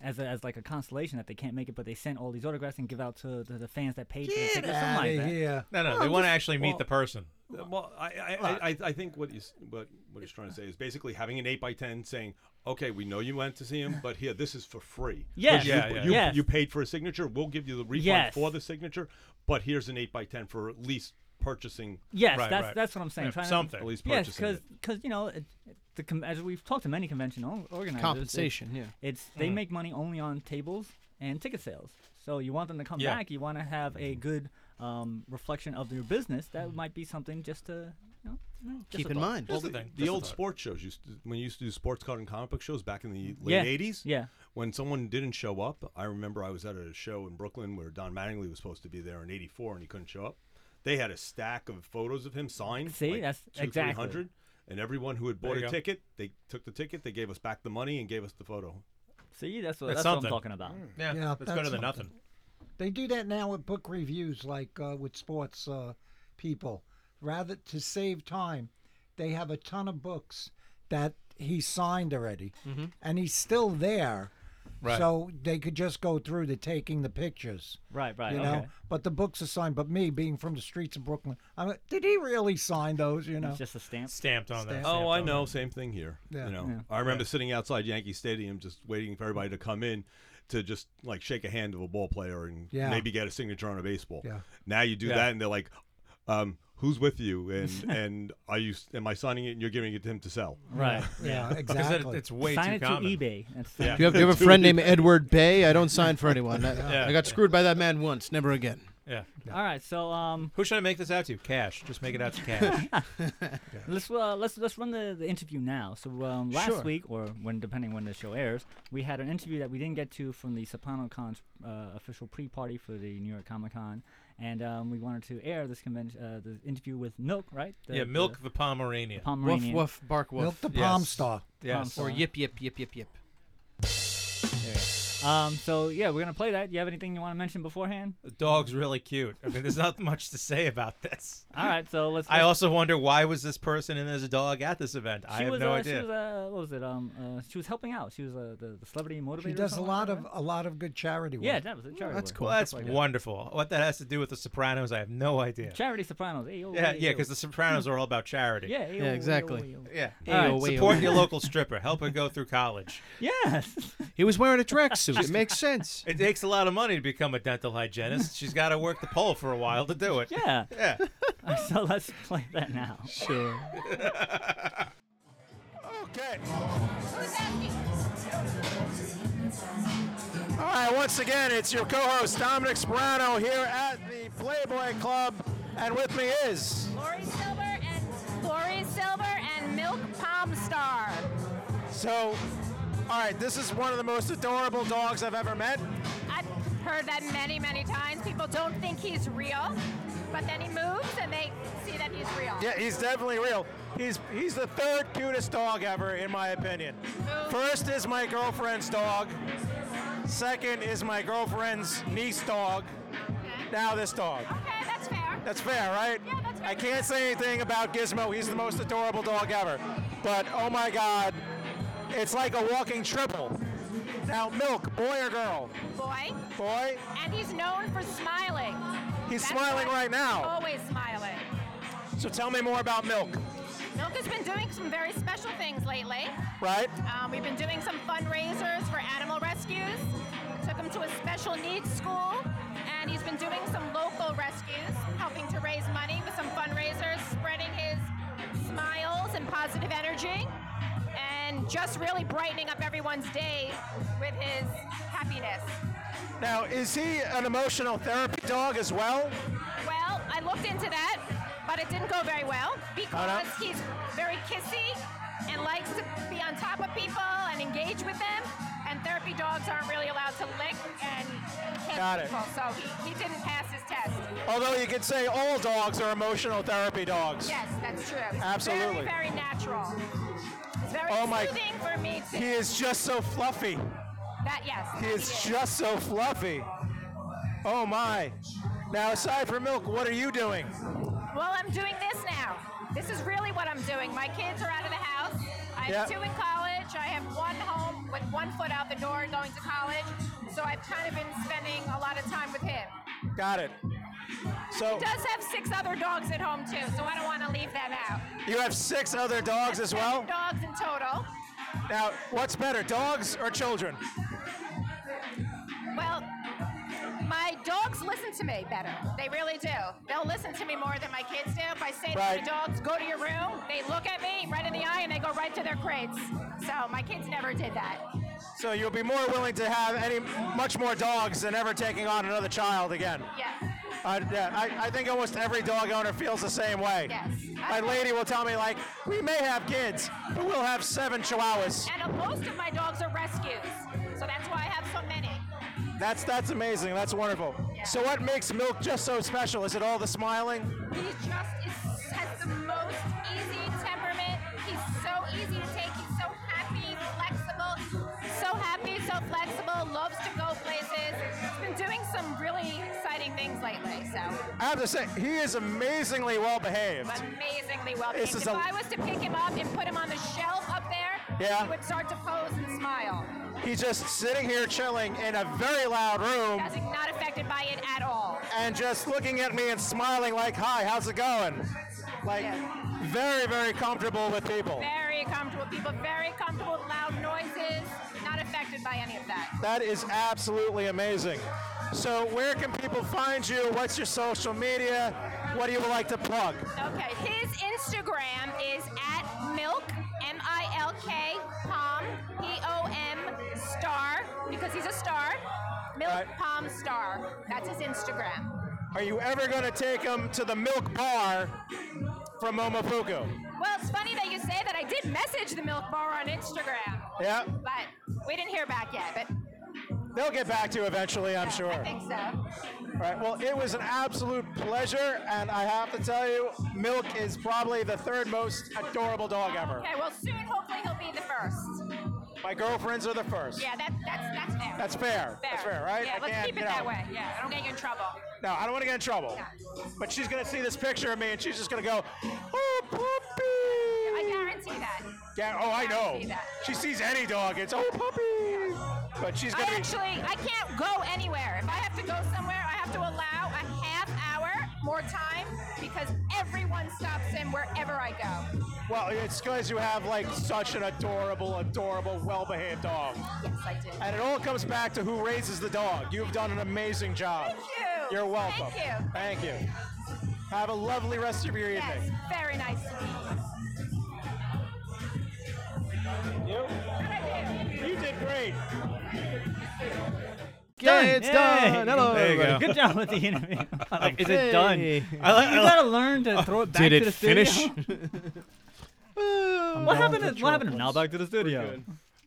Speaker 1: As, a, as like a constellation that they can't make it, but they send all these autographs and give out to the, the fans that paid for the ticket, something like
Speaker 2: Outta
Speaker 1: that.
Speaker 2: here.
Speaker 7: No, no, they want to actually meet
Speaker 1: well-
Speaker 7: the person.
Speaker 6: well I, I, I, I think what he's what, what he's trying to say is basically having an 8 by 10 saying okay we know you went to see him but here this is for free
Speaker 1: Yes.
Speaker 6: You-
Speaker 7: Yeah, yeah,
Speaker 6: you,
Speaker 1: yes.
Speaker 6: you paid for a signature we'll give you the refund
Speaker 1: Yes.
Speaker 6: for the signature but here's an 8 by 10 for at least purchasing
Speaker 1: Yes,
Speaker 7: Right,
Speaker 1: that's
Speaker 7: right.
Speaker 1: that's what I'm saying.
Speaker 7: Yeah,
Speaker 1: trying to-
Speaker 7: something.
Speaker 6: at least
Speaker 1: Yes,
Speaker 6: purchasing
Speaker 1: because
Speaker 6: it.
Speaker 1: you know it, it- the com- as we've talked to many convention o- organizers,
Speaker 3: Compensation,
Speaker 1: it's, it's
Speaker 7: Hmm.
Speaker 1: they make money only on tables and ticket sales. So you want them to come
Speaker 7: Yeah.
Speaker 1: back. You want to have a good um, reflection of their business. That might be something just to you know, just
Speaker 3: Keep
Speaker 1: a
Speaker 3: in
Speaker 1: thought.
Speaker 3: mind.
Speaker 7: Here's the thing.
Speaker 6: the old sports shows used to, when you used to do sports card and comic book shows back in the late
Speaker 1: Yeah,
Speaker 6: 80s
Speaker 1: yeah.
Speaker 6: when someone didn't show up i remember i was at a show in brooklyn where don mattingly was supposed to be there in 84 and he couldn't show up they had a stack of photos of him signed
Speaker 1: See,
Speaker 6: like
Speaker 1: that's-
Speaker 6: two,
Speaker 1: exactly.
Speaker 6: 300, and everyone who had
Speaker 7: There
Speaker 6: bought
Speaker 7: you
Speaker 6: a
Speaker 7: go.
Speaker 6: ticket they took the ticket they gave us back the money and gave us the photo
Speaker 1: See, that's what
Speaker 7: That's
Speaker 1: that's, what I'm
Speaker 7: something. Mm.
Speaker 1: talking about.
Speaker 7: Yeah,
Speaker 2: Yeah,
Speaker 7: it's
Speaker 2: that's
Speaker 7: better than
Speaker 2: something.
Speaker 7: nothing.
Speaker 2: They do that now with book reviews, like uh, with sports uh, people. Rather to save time, they have a
Speaker 4: (laughs)
Speaker 3: Mm-hmm.
Speaker 2: ton of books that he signed already, and he's still there.
Speaker 3: Right.
Speaker 2: So they could just go through to taking the pictures.
Speaker 1: Right, right,
Speaker 2: You know,
Speaker 1: okay.
Speaker 2: but the books are signed. But me, being from the streets of Brooklyn, I'm like, did he really sign those? You know,
Speaker 1: It's just a stamp.
Speaker 8: Stamped on that.
Speaker 2: Stamped.
Speaker 8: stamped
Speaker 6: Oh, I
Speaker 8: on
Speaker 6: know.
Speaker 8: that.
Speaker 6: Same thing here.
Speaker 2: Yeah.
Speaker 6: You know, I remember sitting outside Yankee Stadium, just waiting for everybody to come in to just like shake a hand of a ball player and
Speaker 2: Yeah.
Speaker 6: maybe get a signature on a baseball.
Speaker 2: Yeah.
Speaker 6: Now you do
Speaker 8: Yeah.
Speaker 6: that, and they're like, um, "Who's with you?" And
Speaker 3: (laughs)
Speaker 6: and are you? Am I signing it? And you're giving it to him to sell. (laughs)
Speaker 1: Right.
Speaker 2: (laughs) yeah,
Speaker 8: Because
Speaker 2: exactly.
Speaker 8: it, it's way
Speaker 1: Sign
Speaker 8: too
Speaker 1: it
Speaker 8: common.
Speaker 1: to eBay. That's the-
Speaker 6: Yeah.
Speaker 3: Do you have, do
Speaker 8: (laughs)
Speaker 3: you have a friend named Edward Bay? I don't sign for anyone.
Speaker 4: (laughs)
Speaker 3: I,
Speaker 8: Yeah.
Speaker 3: I got screwed by that man once. Never again.
Speaker 8: Yeah.
Speaker 1: All right. So um,
Speaker 8: Who should I make this out to? Cash. Just make it
Speaker 1: (laughs)
Speaker 8: out to Cash.
Speaker 1: let's uh, let's let's run the, the interview now. So um, last
Speaker 3: Sure.
Speaker 1: week, or when depending when the show airs, we had an interview that we didn't get to from the SopranoCon's uh, official pre-party for the New York Comic Con, and um, we wanted to air this convention, uh, the interview with Milk, right? The,
Speaker 8: (laughs) yeah, Milk
Speaker 1: The,
Speaker 8: the Pomeranian.
Speaker 3: Woof
Speaker 1: Pomeranian.
Speaker 3: woof bark woof.
Speaker 2: Milk the
Speaker 8: yes.
Speaker 2: Palm Star.
Speaker 8: Yes.
Speaker 1: Or
Speaker 3: Or
Speaker 1: yip,
Speaker 3: yip yip yip yip yip.
Speaker 1: Um, so yeah, we're gonna play that. You have anything you want to mention beforehand?
Speaker 8: The dog's really cute. I mean, there's not much to say about this.
Speaker 1: All right. So let's.
Speaker 8: I
Speaker 1: let's-
Speaker 8: also wonder why was this person and there's a dog at this event. I
Speaker 1: She
Speaker 8: have
Speaker 1: was,
Speaker 8: no
Speaker 1: uh,
Speaker 8: idea.
Speaker 1: She was, uh, what was it? Um, uh, she was helping out. She was uh, the, the celebrity motivator.
Speaker 2: She
Speaker 1: or
Speaker 2: does a
Speaker 1: something
Speaker 2: lot
Speaker 1: like
Speaker 2: of
Speaker 1: that.
Speaker 2: a lot of good charity work.
Speaker 1: Yeah, that was a charity.
Speaker 3: that's
Speaker 1: work,
Speaker 3: cool.
Speaker 8: well, that's
Speaker 1: stuff like that.
Speaker 8: wonderful. What that has to do with the Sopranos, I have no idea.
Speaker 1: Charity Sopranos. Hey, yo,
Speaker 8: yeah,
Speaker 1: hey,
Speaker 8: yeah,
Speaker 1: yo.
Speaker 8: because the Sopranos are all about charity.
Speaker 1: yeah, hey, yo,
Speaker 3: Yeah,
Speaker 1: hey, yo,
Speaker 3: exactly.
Speaker 1: hey, yo.
Speaker 8: Yeah.
Speaker 1: All
Speaker 3: Ayo,
Speaker 1: right.
Speaker 3: ayo.
Speaker 8: Support your local stripper. Help her go through
Speaker 3: (laughs)
Speaker 8: college.
Speaker 1: Yes.
Speaker 3: He was wearing a
Speaker 1: (laughs)
Speaker 3: tracksuit. it makes sense.
Speaker 8: It takes a lot of money to become a dental hygienist. She's got to work the pole for a while to do it.
Speaker 1: Yeah.
Speaker 8: (laughs) Yeah.
Speaker 1: (laughs) so let's play that now.
Speaker 3: Sure.
Speaker 8: (laughs)
Speaker 4: Okay. All right, once again, it's your co host Dominic Sperano here at the Playboy Club, and with me is.
Speaker 9: Lori Silver and Lori Silver and Milk Palm Star.
Speaker 4: So, all right, this is one of the most adorable dogs I've ever met.
Speaker 9: I've heard that many, many times. People don't think he's real, but then he moves and they see that he's real.
Speaker 4: Yeah, he's definitely real. He's, he's the third cutest dog ever, in my opinion. First is my girlfriend's dog, second is my girlfriend's niece dog, now this dog.
Speaker 9: Okay, that's fair.
Speaker 4: That's fair, right?
Speaker 9: Yeah, that's fair.
Speaker 4: I can't say anything about Gizmo. He's the most adorable dog ever. But oh my God, it's like a walking triple. Now, Milk, boy or girl?
Speaker 9: Boy,
Speaker 4: Boy,
Speaker 9: and he's known for smiling.
Speaker 4: he's
Speaker 9: That's
Speaker 4: smiling
Speaker 9: why
Speaker 4: right now.
Speaker 9: Always smiling.
Speaker 4: So tell me more about Milk,
Speaker 9: Milk has been doing some very special things lately.
Speaker 4: right?
Speaker 9: Um, we've been doing some fundraisers for animal rescues. Took him to a special needs school, and he's been doing some local rescues, helping to raise money with some fundraisers, spreading his smiles and positive energy, and just really brightening up everyone's day with his happiness.
Speaker 4: Now, is he an emotional therapy dog as well?
Speaker 9: Well, I looked into that, but it didn't go very well because he's very kissy and likes to be on top of people and engage with them. And therapy dogs aren't really allowed to lick and kiss
Speaker 4: Got it.
Speaker 9: people, so he, he didn't pass his test.
Speaker 4: Although you could say all dogs are emotional therapy dogs.
Speaker 9: Yes, that's true. It's
Speaker 4: Absolutely.
Speaker 9: Very, very natural. It's very
Speaker 4: Oh, my-
Speaker 9: soothing for me to.
Speaker 4: He is just so fluffy.
Speaker 9: that yes.
Speaker 4: He
Speaker 9: that
Speaker 4: is just so fluffy. Oh my. Now, aside from Milk, what are you doing?
Speaker 9: Well, I'm doing this now. This is really what I'm doing. My kids are out of the house. I have
Speaker 4: Yeah.
Speaker 9: two in college. I have one home with one foot out the door going to college. So I've kind of been spending a lot of time with him.
Speaker 4: Got it. So
Speaker 9: He does have six other dogs at home too, so I don't want to leave them out.
Speaker 4: you have six other dogs as well.
Speaker 9: Seven dogs in total.
Speaker 4: Now, what's better, dogs or children?
Speaker 9: Well, my dogs listen to me better. They really do. They'll listen to me more than my kids do. If I say
Speaker 4: Right.
Speaker 9: to my dogs, go to your room, they look at me right in the eye and they go right to their crates. So my kids never did that.
Speaker 4: So you'll be more willing to have any much more dogs than ever taking on another child again.
Speaker 9: Yeah.
Speaker 4: I, yeah, I, I think almost every dog owner feels the same way.
Speaker 9: Yes.
Speaker 4: My lady will tell me like, we may have kids, but we'll have seven chihuahuas.
Speaker 9: And uh, most of my dogs are rescues, so that's why I have so many.
Speaker 4: That's that's amazing. That's wonderful. So what makes Milk just so special? Is it all the smiling?
Speaker 9: He just is, has the most easy temperament. He's so easy to take. He's so happy, flexible, so happy, so flexible. Loves to go places. He's been doing some really exciting things lately. So
Speaker 4: I have to say, he is amazingly well behaved.
Speaker 9: amazingly well
Speaker 4: This
Speaker 9: behaved.
Speaker 4: is
Speaker 9: If
Speaker 4: a-
Speaker 9: I was to pick him up and put him on the shelf up there,
Speaker 4: Yeah.
Speaker 9: he would start to pose and smile.
Speaker 10: He's just sitting here chilling in a very loud room
Speaker 9: That's not affected by it at all.
Speaker 10: and just looking at me and smiling like, "Hi, how's it going?" Like, very, very comfortable with people.
Speaker 9: Very comfortable. People very comfortable with loud noises. Not affected by any of that.
Speaker 10: That is absolutely amazing. So, where can people find you? What's your social media? What do you like to plug?
Speaker 9: Okay, his Instagram is at milk m i l k palm p o m star because he's a star. Milk palm star. That's his Instagram.
Speaker 10: Are you ever going to take him to the milk bar from Momofuku?
Speaker 9: Well, it's funny that you say that. I did message the milk bar on Instagram,
Speaker 10: Yeah,
Speaker 9: but we didn't hear back yet. But
Speaker 10: they'll get back to you eventually, I'm sure.
Speaker 9: I think so.
Speaker 10: All right. Well, it was an absolute pleasure, and I have to tell you, Milk is probably the third most adorable dog ever.
Speaker 9: Okay, well, soon hopefully he'll be the first.
Speaker 10: My girlfriends are the first.
Speaker 9: Yeah, that, that's that's fair.
Speaker 10: That's fair. That's fair, right?
Speaker 9: Yeah,
Speaker 10: I
Speaker 9: let's
Speaker 10: can't,
Speaker 9: keep it
Speaker 10: you know-
Speaker 9: that way. Yeah, I don't get you in trouble.
Speaker 10: No, I don't want to get in trouble. But she's gonna see this picture of me, and she's just gonna go, "Oh, puppy!"
Speaker 9: I guarantee that.
Speaker 10: Yeah. Oh, I know.
Speaker 9: see that.
Speaker 10: She sees any dog, it's oh, puppy. But she's
Speaker 9: I
Speaker 10: gonna be.
Speaker 9: actually, I can't go anywhere. If I have to go somewhere, I have to allow a half hour more time because everyone stops him wherever I go.
Speaker 10: Well, it's because you have like such an adorable, adorable, well-behaved dog.
Speaker 9: Yes, I do.
Speaker 10: And it all comes back to who raises the dog. You've done an amazing job.
Speaker 9: Thank you.
Speaker 10: You're welcome.
Speaker 9: Thank you.
Speaker 10: Thank you. Have a lovely rest of your evening.
Speaker 9: Yes, very nice to meet you.
Speaker 10: You did great.
Speaker 3: Done. It's
Speaker 1: Yay.
Speaker 3: done. Hello,
Speaker 1: There you go.
Speaker 3: everybody.
Speaker 1: Good job with the interview.
Speaker 4: (laughs)
Speaker 1: (laughs) I like, is it done?
Speaker 3: Hey.
Speaker 1: I like- You gotta learn to throw it back
Speaker 3: Did
Speaker 1: to the
Speaker 3: it finish?
Speaker 1: studio. (laughs) what happened? To, what happened? to Now back to the studio.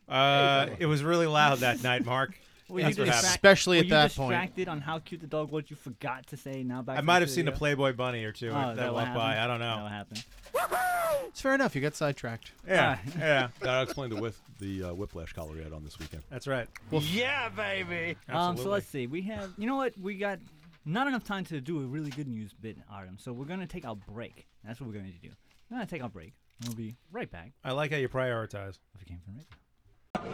Speaker 4: Uh, it was really loud that night, Mark.
Speaker 1: Were you
Speaker 4: That's what
Speaker 1: distract-
Speaker 4: happened.
Speaker 3: Especially
Speaker 1: were
Speaker 3: at
Speaker 1: you
Speaker 3: that point.
Speaker 1: distracted on how cute the dog was. You forgot to say now back.
Speaker 4: I
Speaker 1: to
Speaker 4: might
Speaker 1: the
Speaker 4: have seen a
Speaker 1: studio?
Speaker 4: Playboy bunny or two
Speaker 1: Oh,
Speaker 4: that
Speaker 1: is that what
Speaker 4: walked by.
Speaker 1: happened?
Speaker 4: I don't
Speaker 1: That
Speaker 4: know.
Speaker 1: what happened?
Speaker 3: It's fair enough. You got sidetracked.
Speaker 4: Yeah,
Speaker 1: Ah.
Speaker 3: (laughs)
Speaker 4: yeah,
Speaker 6: That'll explain the whiff, the uh, whiplash collar he had on this weekend.
Speaker 4: that's right.
Speaker 10: Yeah, baby.
Speaker 1: Um, so
Speaker 4: Absolutely.
Speaker 1: let's see. We have, you know what? We got not enough time to do a really good news bit, Artem. So we're gonna take our break. That's what we're gonna do. We're gonna take our break. and We'll be right back.
Speaker 4: I like how you prioritize.
Speaker 1: If we came from radio.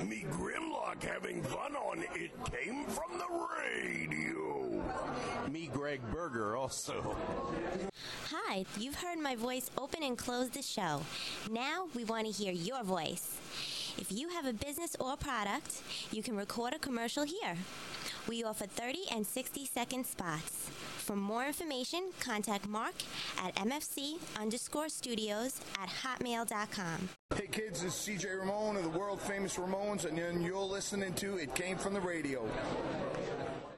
Speaker 8: Me Grimlock having fun on It Came From the Radio. Me Greg Berger also.
Speaker 11: Hi, you've heard my voice open and close the show. Now we want to hear your voice. If you have a business or product, you can record a commercial here. We offer 30 and 60 second spots. For more information, contact Mark at mfc underscore studios at hotmail.com.
Speaker 8: Hey kids, this is CJ Ramon of the world famous Ramones, and then you're listening to It Came From the Radio.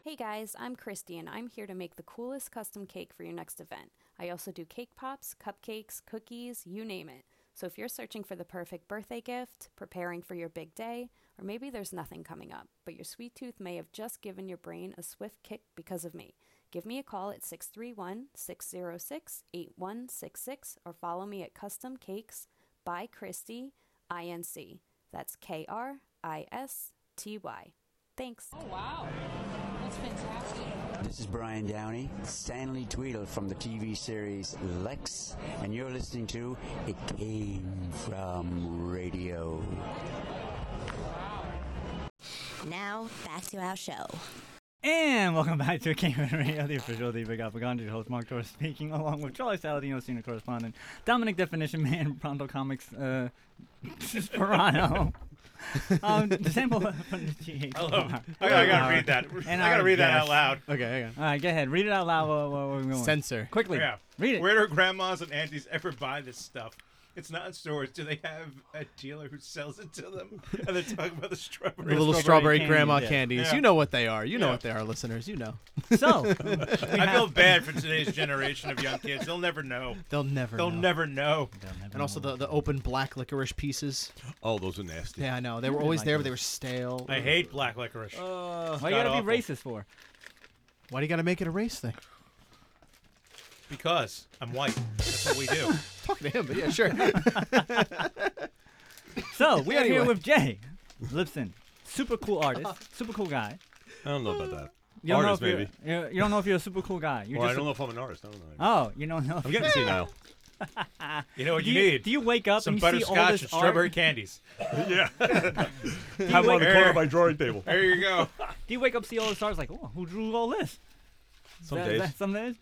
Speaker 12: Hey guys, I'm Christy and I'm here to make the coolest custom cake for your next event. I also do cake pops, cupcakes, cookies, you name it. So if you're searching for the perfect birthday gift, preparing for your big day, or maybe there's nothing coming up, but your sweet tooth may have just given your brain a swift kick because of me. Give me a call at 631 606 8166 or follow me at Custom Cakes by Christy INC. That's K R I S T Y. Thanks. Oh, wow. That's fantastic.
Speaker 13: This is Brian Downey, Stanley Tweedle from the TV series Lex, and you're listening to It Came From Radio.
Speaker 11: Now back to our show.
Speaker 1: And welcome back to Cayman Radio, the official of the Big Apple Gandhi. Your host Mark Torres speaking, along with Charlie Saladino, senior correspondent, Dominic Definition Man, (laughs) Pronto Comics, uh, (laughs)
Speaker 3: (laughs)
Speaker 1: Sperano. um, the sample (laughs) from the GH.
Speaker 4: I love- I gotta- I gotta read that. I gotta read that out loud.
Speaker 3: Okay, hang on.
Speaker 1: All right, go ahead. Read it out loud. Where, where, where we going?
Speaker 3: Censor.
Speaker 1: Quickly.
Speaker 4: Oh, Yeah.
Speaker 1: Read it.
Speaker 4: Where do grandmas and aunties ever buy this stuff? It's not in stores. Do they have a dealer who sells it to them? And they're talking about the
Speaker 3: The
Speaker 4: strawberry.
Speaker 3: little strawberry, grandma
Speaker 4: yeah.
Speaker 3: candies.
Speaker 4: Yeah.
Speaker 3: You know what they are. You know
Speaker 4: Yeah.
Speaker 3: what they are, listeners. You know.
Speaker 1: (laughs) So,
Speaker 3: (laughs)
Speaker 4: I feel bad for today's generation of young kids. They'll never know.
Speaker 3: They'll never
Speaker 4: They'll
Speaker 3: know.
Speaker 4: never know.
Speaker 3: And also the, the open black licorice pieces.
Speaker 6: Oh, those are nasty.
Speaker 3: Yeah, I know. They
Speaker 6: I
Speaker 3: were
Speaker 6: didn't
Speaker 3: always
Speaker 6: like
Speaker 3: there, but
Speaker 6: those.
Speaker 3: they were stale.
Speaker 4: I hate black licorice.
Speaker 3: Uh,
Speaker 4: Oh,
Speaker 1: Why you gotta be racist for?
Speaker 3: Why do you got to make it a race thing?
Speaker 4: Because I'm white. That's what we do.
Speaker 3: Talking to him, but yeah, sure.
Speaker 1: So we are here
Speaker 3: Anyway.
Speaker 1: with Jay Lipson, super cool
Speaker 4: (laughs)
Speaker 1: artist, super cool guy.
Speaker 6: I don't know
Speaker 4: uh,
Speaker 6: about that.
Speaker 1: You don't know
Speaker 6: artist,
Speaker 1: if you're-
Speaker 6: maybe. (laughs)
Speaker 1: You, you don't know if you're a super cool guy. You're
Speaker 6: Or I
Speaker 1: just
Speaker 6: don't
Speaker 1: a-
Speaker 6: know if I'm an artist. I don't know.
Speaker 1: Oh, you don't know.
Speaker 6: I'm getting senile.
Speaker 1: (laughs)
Speaker 4: You know what
Speaker 1: Do
Speaker 4: you, need?
Speaker 1: Do you wake up
Speaker 4: Some
Speaker 1: and you see all
Speaker 4: butterscotch and
Speaker 1: this art?
Speaker 4: strawberry
Speaker 6: (laughs)
Speaker 4: candies.
Speaker 6: yeah.
Speaker 1: (laughs) Do you
Speaker 6: Have 'em on
Speaker 1: wake-
Speaker 6: the corner of my drawing table.
Speaker 4: There you go.
Speaker 1: (laughs) Do you wake up, see all the stars, like, oh, who drew all this?
Speaker 6: Some
Speaker 1: That-
Speaker 6: days.
Speaker 1: that- some days.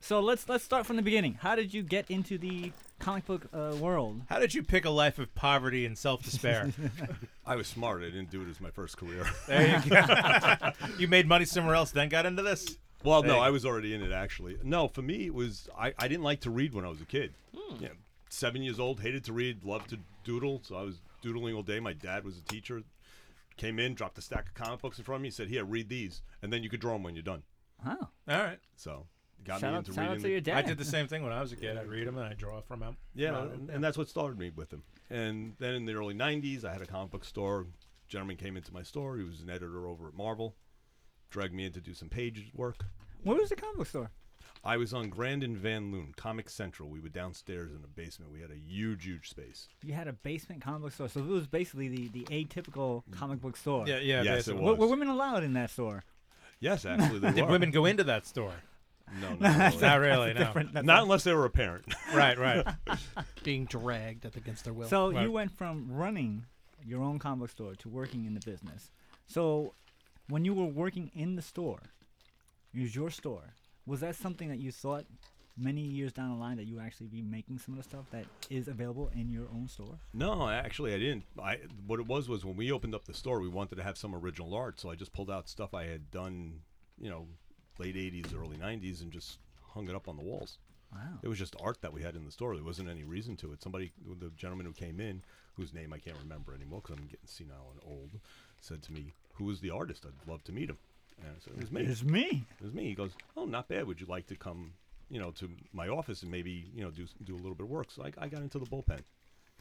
Speaker 1: So let's let's start from the beginning. How did you get into the comic book uh, world?
Speaker 4: (laughs) How did you pick a life of poverty and self (laughs) despair?
Speaker 6: I was smart. I didn't do it as my first career.
Speaker 4: (laughs) There you go. you made money somewhere else, then got into this.
Speaker 6: (laughs) Well,
Speaker 4: There
Speaker 6: no,
Speaker 4: you
Speaker 6: I
Speaker 4: go.
Speaker 6: was already in it actually. No, for me it was I, I didn't like to read when I was a kid.
Speaker 4: Hmm.
Speaker 6: Yeah, seven years old, hated to read, loved to doodle, so I was doodling all day. My dad was a teacher, came in, dropped a stack of comic books in front of me, said, "Here, read these, and then you could draw them when you're done."
Speaker 1: Oh,
Speaker 4: all right.
Speaker 6: So got
Speaker 4: Shout
Speaker 6: me
Speaker 4: out-
Speaker 6: into
Speaker 4: shout out
Speaker 6: reading.
Speaker 4: to your
Speaker 6: the-
Speaker 4: dad. I did the same thing when I was a kid. I'd read 'em and I'd draw from 'em.
Speaker 6: Yeah,
Speaker 4: From 'em.
Speaker 6: and, and that's what started me with them. And then in the early '90s, I had a comic book store. Gentleman came into my store. He was an editor over at Marvel. Dragged me in to do some page work.
Speaker 1: Where was the comic book store?
Speaker 6: I was on Grand and Van Loon, Comic Central. We were downstairs in a basement. We had a huge, huge space.
Speaker 1: You had a basement comic book store, so it was basically the, the atypical comic book store.
Speaker 6: Yeah, yeah, Mm. Yes, it basically.
Speaker 1: Were,
Speaker 6: was.
Speaker 1: were women allowed in that store? (laughs)
Speaker 6: Yes, actually, they
Speaker 4: (laughs) Did
Speaker 6: were.
Speaker 4: women go into that store? (laughs)
Speaker 6: No,
Speaker 4: No,
Speaker 6: not
Speaker 4: that's
Speaker 6: really.
Speaker 4: a- Not really, that's a no. different- that's
Speaker 6: Not
Speaker 4: a-
Speaker 6: unless they were a parent.
Speaker 4: Right,
Speaker 6: (laughs)
Speaker 4: right.
Speaker 3: (laughs) Being dragged up against their will.
Speaker 4: (laughs)
Speaker 1: So you went from running your own comic book store to working in the business. So when you were working in the store, it was your store. Was that something that you thought many years down the line that you would actually be making some of the stuff that is available in your own store?
Speaker 6: No, I- actually, I didn't. I what it was was when we opened up the store, we wanted to have some original art, so I just pulled out stuff I had done, you know, late '80s, early '90s, and just hung it up on the walls.
Speaker 1: Wow.
Speaker 6: It was just art that we had in the store. There wasn't any reason to it. Somebody, the gentleman who came in, whose name I can't remember anymore because I'm getting senile and old, said to me, "Who was the artist? I'd love to meet him." And I said, "It was me."
Speaker 1: It was me.
Speaker 6: It was me. He goes, "Oh, not bad. Would you like to come, you know, to my office and maybe, you know, do s- do a little bit of work?" So I, I got into the bullpen.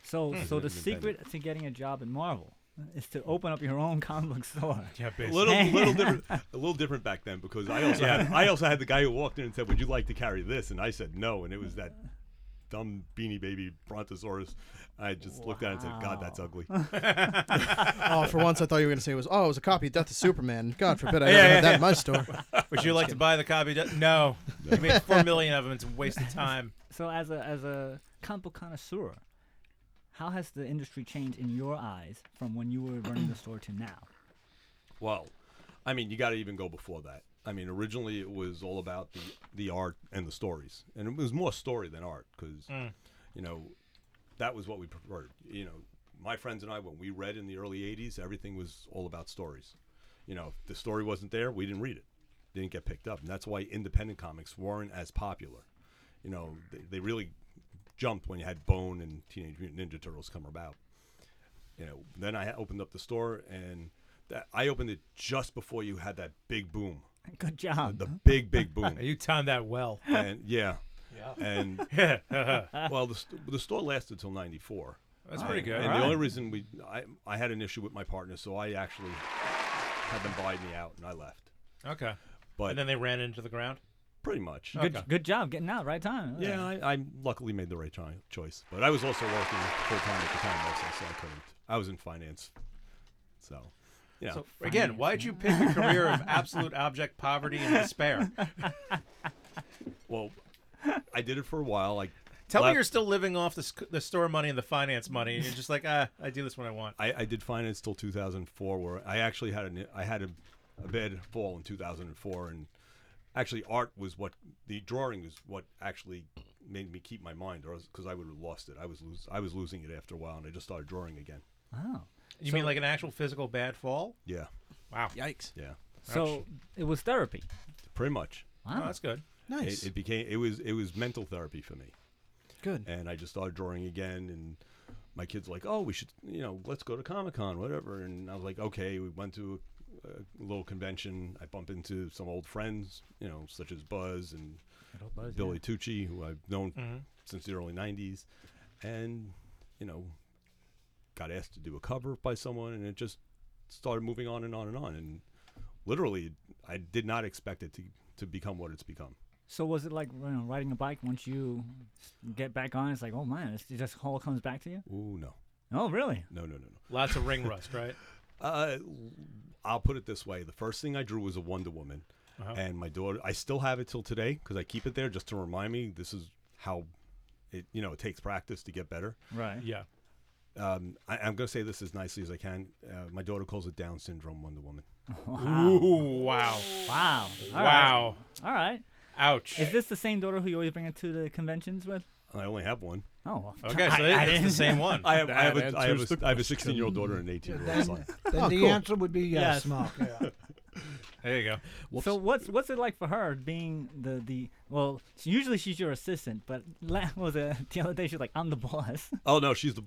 Speaker 1: So
Speaker 6: Hmm.
Speaker 1: so the
Speaker 6: Independent. (laughs)
Speaker 1: secret to getting a job at Marvel is to open up your own (laughs) comic book store.
Speaker 4: (laughs) Yeah,
Speaker 1: (laughs)
Speaker 6: A little, little different, a little different back then because I also,
Speaker 1: Yeah.
Speaker 6: had, I also had the guy who walked in and said, "Would you like to carry this?" And I said, "No," and it was that dumb beanie baby brontosaurus. I just looked at it and said, "God, that's ugly."
Speaker 1: (laughs)
Speaker 6: (laughs)
Speaker 3: oh, for once I thought you were going to say it was, oh, it was a copy of Death of Superman. God
Speaker 4: (laughs)
Speaker 3: forbid I
Speaker 4: Yeah,
Speaker 3: ever
Speaker 4: yeah,
Speaker 3: had that
Speaker 4: yeah.
Speaker 3: in my store.
Speaker 4: (laughs) Would you like to buy the copy?
Speaker 6: (laughs)
Speaker 4: No. You made four million of them. It's a waste of time.
Speaker 1: So as a as a comic book connoisseur, how has the industry changed in your eyes from when you were running the store to now?
Speaker 6: Well, I mean, you got to even go before that. I mean, originally it was all about the the art and the stories, and it was more story than art because,
Speaker 4: Mm.
Speaker 6: you know, that was what we preferred. You know, my friends and I, when we read in the early '80s, everything was all about stories. You know, if the story wasn't there, we didn't read it, didn't get picked up, and that's why independent comics weren't as popular. You know, they, they really jumped when you had Bone and Teenage Mutant Ninja Turtles come about you know, then I ha- opened up the store and that I opened it just before you had that big boom.
Speaker 1: (laughs) Good job.
Speaker 6: The big, big
Speaker 1: (laughs)
Speaker 6: boom.
Speaker 4: (laughs) You timed that well.
Speaker 6: And yeah.
Speaker 4: Yeah. (laughs)
Speaker 6: And well, the, st- the store lasted till '94.
Speaker 4: That's pretty
Speaker 6: And-
Speaker 4: good.
Speaker 6: And
Speaker 4: Alright.
Speaker 6: the only reason we, I, I had an issue with my partner, so I actually had them buy me out, and I left.
Speaker 4: Okay.
Speaker 6: But
Speaker 4: and then they ran into the ground.
Speaker 6: pretty much.
Speaker 1: Good good job getting out right time.
Speaker 6: Yeah, I, I luckily made the right choi- choice, but I was also working full time at the time also, so I couldn't. I was in finance, so yeah.
Speaker 4: So again, why'd you pick a career of absolute object poverty and (laughs) despair?
Speaker 6: Well, I did it for a while. I
Speaker 4: Tell me
Speaker 6: left-
Speaker 4: you're still living off the, sc- the store money and the finance money, and you're just like, ah, I do this when I want.
Speaker 6: I, I did finance till 2004, where I actually had an I had a, a bad fall in 2004, and actually art was what the drawing is what actually made me keep my mind, or because I would have lost it. I was lose, I was losing it after a while, and I just started drawing again.
Speaker 1: Oh.
Speaker 4: You
Speaker 1: So-
Speaker 4: mean like an actual physical bad fall?
Speaker 6: Yeah.
Speaker 4: Wow.
Speaker 3: Yikes.
Speaker 6: Yeah.
Speaker 1: So it was therapy.
Speaker 6: Pretty much.
Speaker 1: Wow. Oh, that's good. Nice.
Speaker 6: It, it became it was it was mental therapy for me.
Speaker 3: Good.
Speaker 6: And I just started drawing again, and my kids like, oh, we should, you know, let's go to Comic Con, whatever. And I was like, okay. We went to a, a little convention. I bumped into some old friends, you know, such as Buzz and
Speaker 1: Good old Buzz,
Speaker 6: Billy Tucci, who I've known
Speaker 4: Mhm.
Speaker 6: since the early '90s, and you know, got asked to do a cover by someone, and it just started moving on and on and on. And literally, I did not expect it to to become what it's become.
Speaker 1: So was it like you know, riding a bike? Once you get back on, it's like, oh man, it's, it just all comes back to you.
Speaker 6: Ooh, no.
Speaker 1: Oh, really?
Speaker 6: No, no, no, no.
Speaker 4: Lots of ring rust, right?
Speaker 6: (laughs) Uh, I'll put it this way: the first thing I drew was a Wonder Woman,
Speaker 4: Uh-huh.
Speaker 6: and my daughter. I still have it till today because I keep it there just to remind me this is how It you know it takes practice to get better.
Speaker 1: Right.
Speaker 7: Yeah.
Speaker 6: Um, I, I'm going to say this as nicely as I can. Uh, my daughter calls it Down syndrome Wonder Woman.
Speaker 1: (laughs) Wow.
Speaker 4: Ooh, wow.
Speaker 1: Wow. All right.
Speaker 4: Wow.
Speaker 1: All right.
Speaker 4: Ouch.
Speaker 1: Is this the same daughter who you always bring it to the conventions with?
Speaker 6: I only have one.
Speaker 1: Oh, well,
Speaker 4: Okay, so
Speaker 1: I-
Speaker 4: it-
Speaker 1: I
Speaker 4: it's the
Speaker 1: didn't- (laughs)
Speaker 4: same one.
Speaker 6: I have, I have,
Speaker 4: That
Speaker 6: a, I have,
Speaker 4: answers
Speaker 6: a,
Speaker 4: the
Speaker 6: I have a
Speaker 4: question. Oh,
Speaker 6: 16 year old daughter and an 18 year
Speaker 2: Then-
Speaker 6: old son.
Speaker 2: then
Speaker 1: Oh,
Speaker 2: the answer would be
Speaker 4: (laughs)
Speaker 2: yes, Mark.
Speaker 1: (laughs)
Speaker 2: Yeah.
Speaker 4: There you go.
Speaker 1: So what's what's it like for her being the the well? she- Usually she's your assistant, but (laughs) la- was it (laughs) the other day she's like I'm the boss. (laughs)
Speaker 6: Oh no, she's the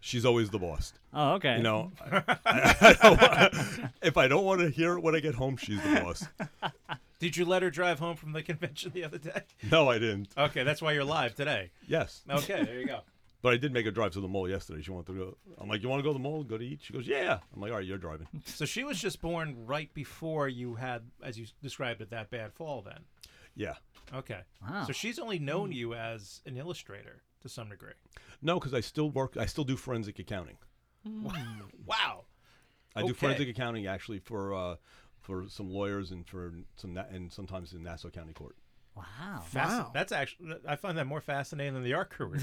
Speaker 6: she's always the boss.
Speaker 1: Oh, okay.
Speaker 6: You
Speaker 1: (laughs)
Speaker 6: know, I- I don't wa- if I (laughs) don't want to hear it when I get home, she's the boss.
Speaker 4: Did you let her drive home from the convention the other day?
Speaker 6: No, I didn't.
Speaker 4: Okay, that's why you're live today.
Speaker 6: Yes.
Speaker 4: Okay, there you go.
Speaker 6: (laughs) But I did make her drive to the mall yesterday. She wanted to go. I'm like, you want to go to the mall? Go to eat? She goes, yeah. I'm like, all right, you're
Speaker 1: (laughs)
Speaker 6: driving.
Speaker 4: So she was just born right before you had, as you described it, that bad fall then.
Speaker 6: Yeah.
Speaker 4: Okay.
Speaker 6: Wow. Hmm.
Speaker 4: So she's only known you as an illustrator to some degree.
Speaker 6: No, because I still work. I still do forensic accounting.
Speaker 1: Mm.
Speaker 4: wow.
Speaker 6: Hmm. I do
Speaker 4: Okay.
Speaker 6: forensic accounting actually for uh, for some lawyers and for some na- and sometimes in Nassau County Court.
Speaker 1: Wow.
Speaker 4: Fasc- That's actually, I find that more fascinating than the art career.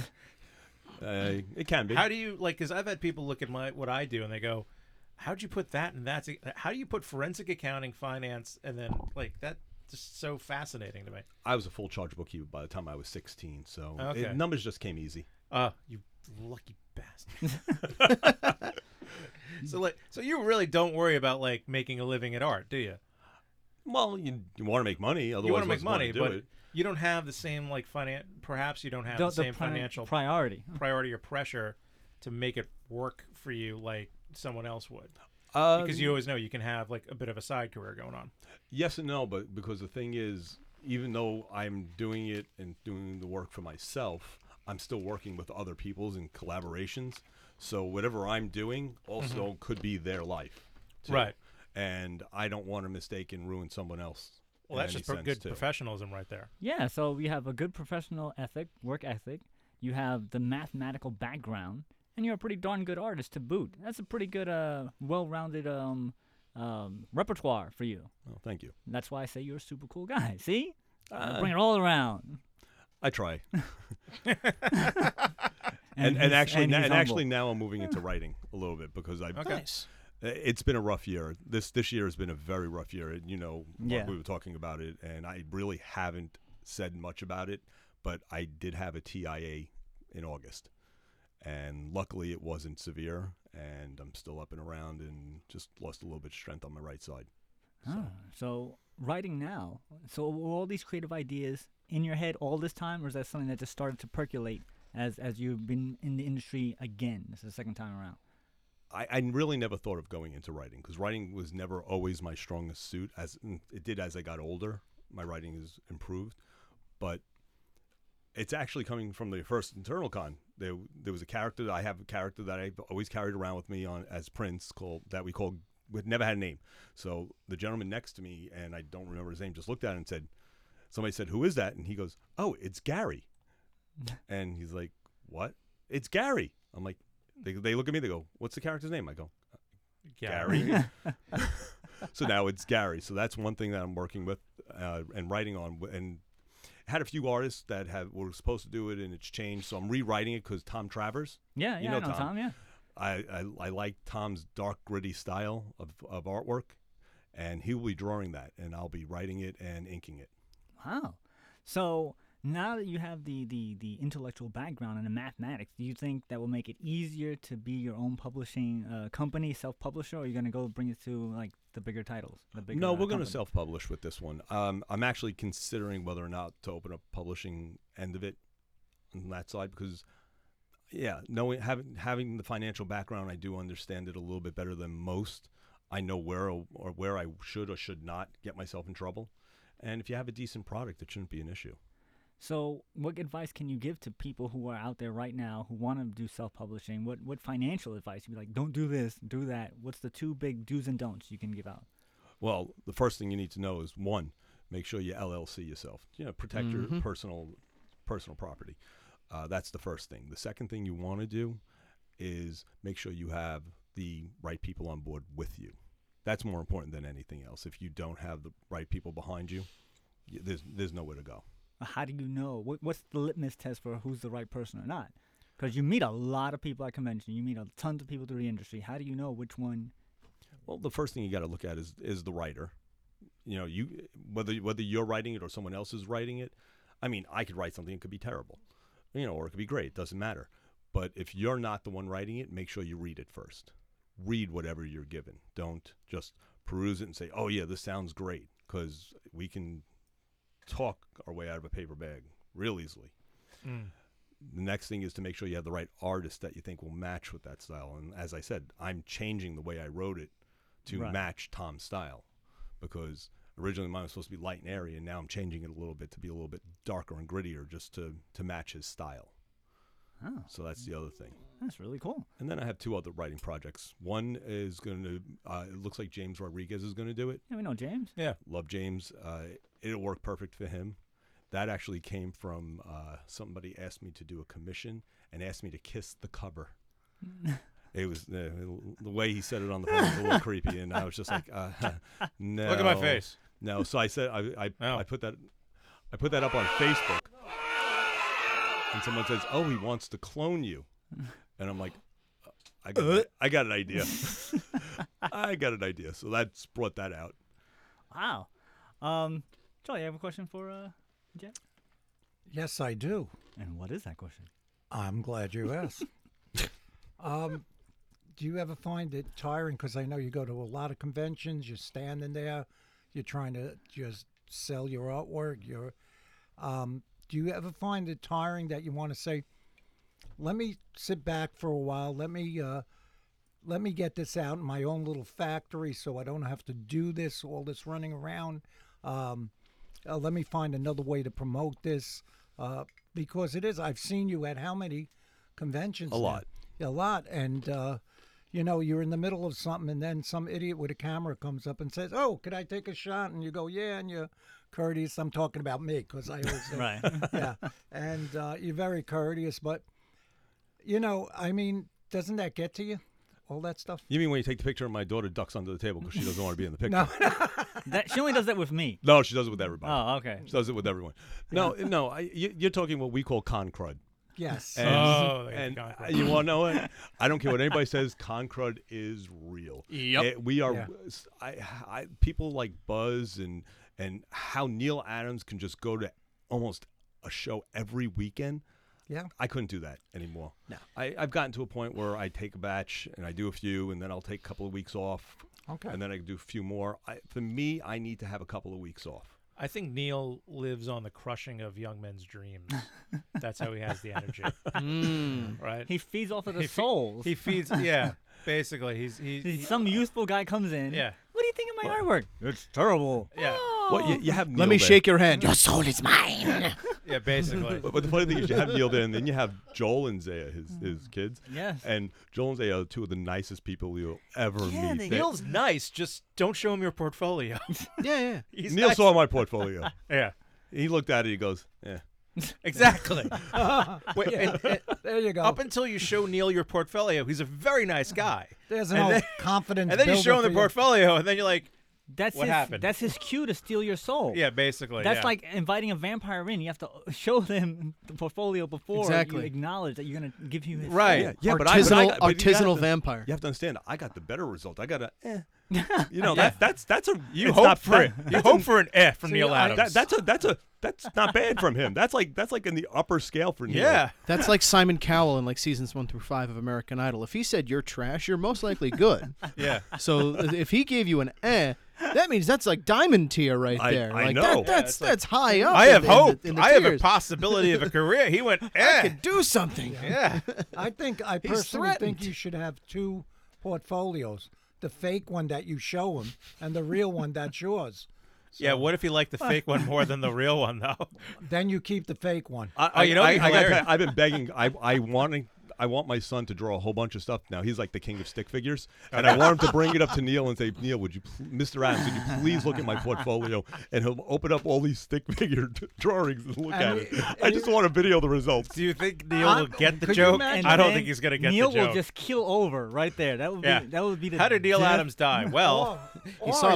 Speaker 6: Uh, (laughs) it can be.
Speaker 4: How do you like? Because I've had people look at my what I do and they go, "How'd you put that and that? to- How do you put forensic accounting, finance, and then like that? Just so fascinating to me."
Speaker 6: I was a full charge bookkeeper by the time I was 16, so it-
Speaker 4: Okay.
Speaker 6: numbers just came easy.
Speaker 4: Uh, you lucky bastard.
Speaker 1: (laughs)
Speaker 4: (laughs) so like, so you really don't worry about like making a living at art, do you?
Speaker 6: Well, you, you want to make money, otherwise
Speaker 4: you want to make
Speaker 6: what's the point
Speaker 4: money,
Speaker 6: of do
Speaker 4: but
Speaker 6: it?
Speaker 4: you don't have the same like finan Perhaps you don't have
Speaker 1: The-
Speaker 4: the,
Speaker 1: the
Speaker 4: same
Speaker 1: pri-
Speaker 4: financial
Speaker 1: priority. (laughs)
Speaker 4: priority or pressure to make it work for you like someone else would.
Speaker 1: Uh,
Speaker 6: Um,
Speaker 4: because you always know you can have like a bit of a side career going on.
Speaker 6: yes and no, but because the thing is, even though I'm doing it and doing the work for myself, I'm still working with other people's and collaborations. So whatever I'm doing also could be their life, too.
Speaker 4: Mm-hmm. Right.
Speaker 6: And I don't want to mistake and ruin someone else.
Speaker 4: Well,
Speaker 6: in
Speaker 4: that's
Speaker 6: any
Speaker 4: just pro-
Speaker 6: sense,
Speaker 4: good
Speaker 6: too.
Speaker 4: professionalism right there.
Speaker 1: Yeah, so we have a good professional ethic, work ethic. You have the mathematical background, and you're a pretty darn good artist to boot. That's a pretty good, uh, well-rounded um, um, repertoire for you.
Speaker 6: Oh, thank you.
Speaker 1: That's why I say you're a super cool guy. (laughs) See, I
Speaker 6: Uh,
Speaker 1: bring it all around.
Speaker 6: I
Speaker 1: (laughs)
Speaker 6: try.
Speaker 1: And
Speaker 6: and,
Speaker 1: he's-
Speaker 6: and actually,
Speaker 1: and
Speaker 6: na-
Speaker 1: he's
Speaker 6: and actually
Speaker 1: humble.
Speaker 6: now I'm moving into writing a little bit because I've
Speaker 4: Okay. Nice.
Speaker 6: Uh, It's been a rough year. This this year has been a very rough year. And, You know, Mark,
Speaker 1: Yeah.
Speaker 6: we were talking about it, and I really haven't said much about it, but I did have a TIA in August, and luckily it wasn't severe, and I'm still up and around, and just lost a little bit of strength on my right side.
Speaker 1: Ah, so writing now. So were all these creative ideas in your head all this time, or is that something that just started to percolate as as you've been in the industry again? This is the second time around.
Speaker 6: I, I really never thought of going into writing because writing was never always my strongest suit. As mm, it did as I got older, my writing has improved, but it's actually coming from the first internal con. There, there was a character that I have a character that I've always carried around with me on as Prince called that we called we never had a name. So the gentleman next to me and I don't remember his name just looked at it and said, somebody said, "Who is that?" And he goes, "Oh, it's Gary." (laughs) and he's like, "What? It's Gary." I'm like, they, they look at me, they go, "What's the character's name?" I go,
Speaker 4: Gary.
Speaker 6: "Gary." (laughs)
Speaker 1: (laughs)
Speaker 6: so now it's Gary. So that's one thing that I'm working with uh, and writing on. w- And had a few artists that have were supposed to do it, and it's changed. So I'm rewriting it because Tom Travers.
Speaker 1: Yeah,
Speaker 6: you
Speaker 1: yeah,
Speaker 6: know
Speaker 1: I know Tom, yeah.
Speaker 6: I, I I like Tom's dark, gritty style of of artwork, and he will be drawing that, and I'll be writing it and inking it.
Speaker 1: Wow. So now that you have the, the, the intellectual background and the mathematics, do you think that will make it easier to be your own publishing uh, company, self publisher, or are you going to go bring it to like the bigger titles? The bigger,
Speaker 6: no,
Speaker 1: uh,
Speaker 6: we're going to
Speaker 1: company?
Speaker 6: self-publish with this one. Um, I'm actually considering whether or not to open up publishing end of it on that side because, yeah, knowing having having the financial background, I do understand it a little bit better than most. I know where or, or where I should or should not get myself in trouble, and if you have a decent product, it shouldn't be an issue.
Speaker 1: So, what advice can you give to people who are out there right now who want to do self publishing? What, what financial advice? You'd be like, don't do this, do that. What's the two big do's and don'ts you can give out?
Speaker 6: Well, the first thing you need to know is one, make sure you LLC yourself. You know, protect your
Speaker 3: Mhm.
Speaker 6: personal personal property. Uh, that's the first thing. The second thing you want to do is make sure you have the right people on board with you. That's more important than anything else. If you don't have the right people behind you, y- there's there's nowhere to go.
Speaker 1: How do you know? What, what's the litmus test for who's the right person or not? Because you meet a lot of people at convention. You meet a tons of people through the industry. How do you know which one?
Speaker 6: Well, the first thing you got to look at is is the writer. You know, you whether whether you're writing it or someone else is writing it. I mean, I could write something; it could be terrible, you know, or it could be great. It doesn't matter. But if you're not the one writing it, make sure you read it first. Read whatever you're given. Don't just peruse it and say, "Oh yeah, this sounds great," because we can talk our way out of a paper bag real easily.
Speaker 7: Mm.
Speaker 6: The next thing is to make sure you have the right artist that you think will match with that style. And as I said, I'm changing the way I wrote it to
Speaker 7: Right.
Speaker 6: match Tom's style because originally mine was supposed to be light and airy, and now I'm changing it a little bit to be a little bit darker and grittier just to, to match his style.
Speaker 1: Oh.
Speaker 6: So that's the other thing.
Speaker 1: That's really cool.
Speaker 6: And then I have two other writing projects. One is going to, uh, it looks like James Rodriguez is going to do it.
Speaker 1: Yeah, we know James.
Speaker 6: Yeah. Love James. Uh, it'll work perfect for him. That actually came from uh, somebody asked me to do a commission and asked me to kiss the cover. It was uh, the way he said it on the phone was a little creepy, and I was just like, uh, (laughs) "No."
Speaker 4: Look at my face.
Speaker 6: No, so I said, "I I, I put that, I put that up on Facebook," and someone says, "Oh, he wants to clone you," and I'm like, "Uh, "I got, I got an idea. (laughs) I got an idea." So that's brought that out.
Speaker 1: Wow. Um, Charlie, you have a question for uh, Jeff?
Speaker 2: Yes, I do.
Speaker 1: And what is that question?
Speaker 2: I'm glad you asked. um, do you ever find it tiring? Because I know you go to a lot of conventions. You're standing there. You're trying to just sell your artwork. You're. Um, do you ever find it tiring that you want to say, "Let me sit back for a while. Let me." Uh, let me get this out in my own little factory so I don't have to do this, all this running around. Um, uh, let me find another way to promote this uh, because it is. I've seen you at how many conventions?
Speaker 6: A
Speaker 2: now?
Speaker 6: lot.
Speaker 2: A lot. And, uh, you know, you're in the middle of something and then some idiot with a camera comes up and says, Oh, could I take a shot? And you go, Yeah. And you're courteous. I'm talking about me because I always say,
Speaker 1: Right.
Speaker 2: (laughs) Yeah.
Speaker 4: (laughs)
Speaker 2: And uh, you're very courteous. But, you know, I mean, doesn't that get to you? All that stuff?
Speaker 6: You mean when you take the picture of my daughter ducks under the table because she doesn't want to
Speaker 2: (laughs)
Speaker 6: be in the picture?
Speaker 2: No.
Speaker 1: That she only does that with me.
Speaker 6: No, she does it with everybody.
Speaker 1: Oh, okay.
Speaker 6: She does it with everyone. No, no, I, you, you're talking what we call con crud.
Speaker 2: Yes.
Speaker 6: And,
Speaker 7: Oh, they got the
Speaker 6: and
Speaker 7: con
Speaker 6: uh,
Speaker 7: crud.
Speaker 6: you want to know what? I don't care what anybody says. Con crud is real.
Speaker 7: Yep.
Speaker 6: It- we are.
Speaker 7: Yeah.
Speaker 6: I, I, people like Buzz and and how Neil Adams can just go to almost a show every weekend.
Speaker 2: Yeah.
Speaker 6: I couldn't do that anymore. No. I, I've gotten to a point where I take a batch and I do a few, and then I'll take a couple of weeks off.
Speaker 2: Okay.
Speaker 6: And then I do a few more. I, for me, I need to have a couple of weeks off.
Speaker 4: I think Neil lives on the crushing of young men's
Speaker 1: (laughs)
Speaker 4: dreams. That's how he has the energy,
Speaker 1: Mm.
Speaker 4: right?
Speaker 1: He feeds off of the
Speaker 4: He fe-
Speaker 1: souls.
Speaker 4: He feeds,
Speaker 1: (laughs)
Speaker 4: yeah. Basically, he's he, he
Speaker 1: Some youthful guy comes in.
Speaker 4: Yeah.
Speaker 1: What do you think of my artwork? It's terrible.
Speaker 4: Yeah.
Speaker 6: Well, you, you have
Speaker 3: Let
Speaker 6: Neil
Speaker 3: me
Speaker 6: there.
Speaker 3: shake your hand. Your soul is
Speaker 4: (laughs)
Speaker 3: mine.
Speaker 4: yeah, basically.
Speaker 6: But, but the funny thing is, you have Neil there, and then you have Joel and Zaya, his his kids.
Speaker 4: Yes.
Speaker 6: And Joel and Zaya are two of the nicest people you'll ever meet. They-
Speaker 4: Neil's nice. Just don't show him your
Speaker 1: (laughs)
Speaker 4: portfolio.
Speaker 3: yeah, yeah.
Speaker 4: (laughs) He's
Speaker 6: Neil
Speaker 4: nice.
Speaker 6: saw
Speaker 4: (laughs)
Speaker 6: my portfolio.
Speaker 4: Yeah.
Speaker 6: He looked at it. He goes,
Speaker 4: (laughs)
Speaker 6: "Yeah."
Speaker 1: (laughs)
Speaker 4: Exactly. Wait,
Speaker 2: Yeah.
Speaker 4: and- and-
Speaker 2: There you go.
Speaker 4: Up until you show Neil your portfolio, he's a very nice
Speaker 1: (laughs)
Speaker 4: guy.
Speaker 2: There's
Speaker 4: And
Speaker 2: no
Speaker 4: then- (laughs)
Speaker 2: confidence
Speaker 4: And then you
Speaker 2: builder
Speaker 4: show him the
Speaker 2: for you.
Speaker 4: portfolio, and then you're like,
Speaker 1: That's
Speaker 4: what
Speaker 1: his,
Speaker 4: happened?
Speaker 1: That's his cue to steal your soul.
Speaker 4: Yeah, basically,
Speaker 1: That's
Speaker 4: yeah.
Speaker 1: like inviting a vampire in. You have to (laughs) show them the portfolio before
Speaker 3: Exactly.
Speaker 1: you acknowledge that you're gonna give you his
Speaker 6: Yeah,
Speaker 1: Soul.
Speaker 6: yeah, but I- but I got- but you have to-
Speaker 3: vampire.
Speaker 6: You have to understand. I got the better result. I got a,
Speaker 4: (laughs)
Speaker 6: eh. you know, that, that's that's a
Speaker 4: You
Speaker 6: it's
Speaker 4: hope
Speaker 6: not
Speaker 4: for
Speaker 6: bad.
Speaker 4: it. You
Speaker 6: That's
Speaker 4: hope
Speaker 6: a-
Speaker 4: for an eh from Neil
Speaker 6: I-
Speaker 4: Adams.
Speaker 6: that- that's a that's a that's not bad from him. That's like that's like in the upper
Speaker 4: (laughs)
Speaker 6: scale for Neil.
Speaker 3: That's like Simon Cowell in like seasons one through five of American Idol. If he said you're trash, you're most likely
Speaker 4: (laughs)
Speaker 3: good.
Speaker 4: Yeah.
Speaker 3: So if he gave you an eh, that means that's like diamond tier right
Speaker 6: I-
Speaker 3: there.
Speaker 6: I
Speaker 3: like
Speaker 6: know.
Speaker 3: that-
Speaker 6: Yeah,
Speaker 3: that's
Speaker 6: it's like-
Speaker 3: that's high up.
Speaker 4: I
Speaker 3: in
Speaker 4: have
Speaker 3: the- in the-
Speaker 4: hope.
Speaker 3: in the
Speaker 4: I have a
Speaker 3: tiers.
Speaker 4: possibility of a career. He went, eh.
Speaker 3: (laughs) I could do something.
Speaker 4: (laughs) Yeah.
Speaker 2: I think I
Speaker 3: He's
Speaker 2: personally think
Speaker 3: threatened.
Speaker 2: you should have two portfolios: the fake one that you show him, and the real one that's yours.
Speaker 4: Yeah, what if he liked the fake one more than the real one,
Speaker 3: (laughs)
Speaker 4: though?
Speaker 2: Then you keep the fake one.
Speaker 6: I,
Speaker 4: Oh, you know
Speaker 6: I,
Speaker 4: what'd be
Speaker 6: I gotta
Speaker 4: hilarious?
Speaker 6: tell you, I've been begging. I I want I want my son to draw a whole bunch of stuff now. He's like the king of stick figures, and I want him to bring it up to Neil and say, Neil, would you, pl- Mr. Adams, would you please look at my portfolio? And he'll open up all these stick figure (laughs) drawings and look
Speaker 2: And
Speaker 6: at
Speaker 2: he-
Speaker 6: it. I just want to video the results.
Speaker 4: Do you think Neil
Speaker 2: I'm-
Speaker 4: will get the
Speaker 2: could you
Speaker 4: joke?
Speaker 2: imagine-
Speaker 4: I don't
Speaker 2: And
Speaker 4: think he's gonna get
Speaker 1: Neil
Speaker 4: the joke.
Speaker 1: will just keel over right there. That would
Speaker 4: Yeah.
Speaker 1: be that would be the
Speaker 4: How did Neil
Speaker 1: death-
Speaker 4: Adams
Speaker 3: (laughs)
Speaker 1: (laughs)
Speaker 4: die? Well, (laughs)
Speaker 3: (laughs)
Speaker 2: Or- or he'll say-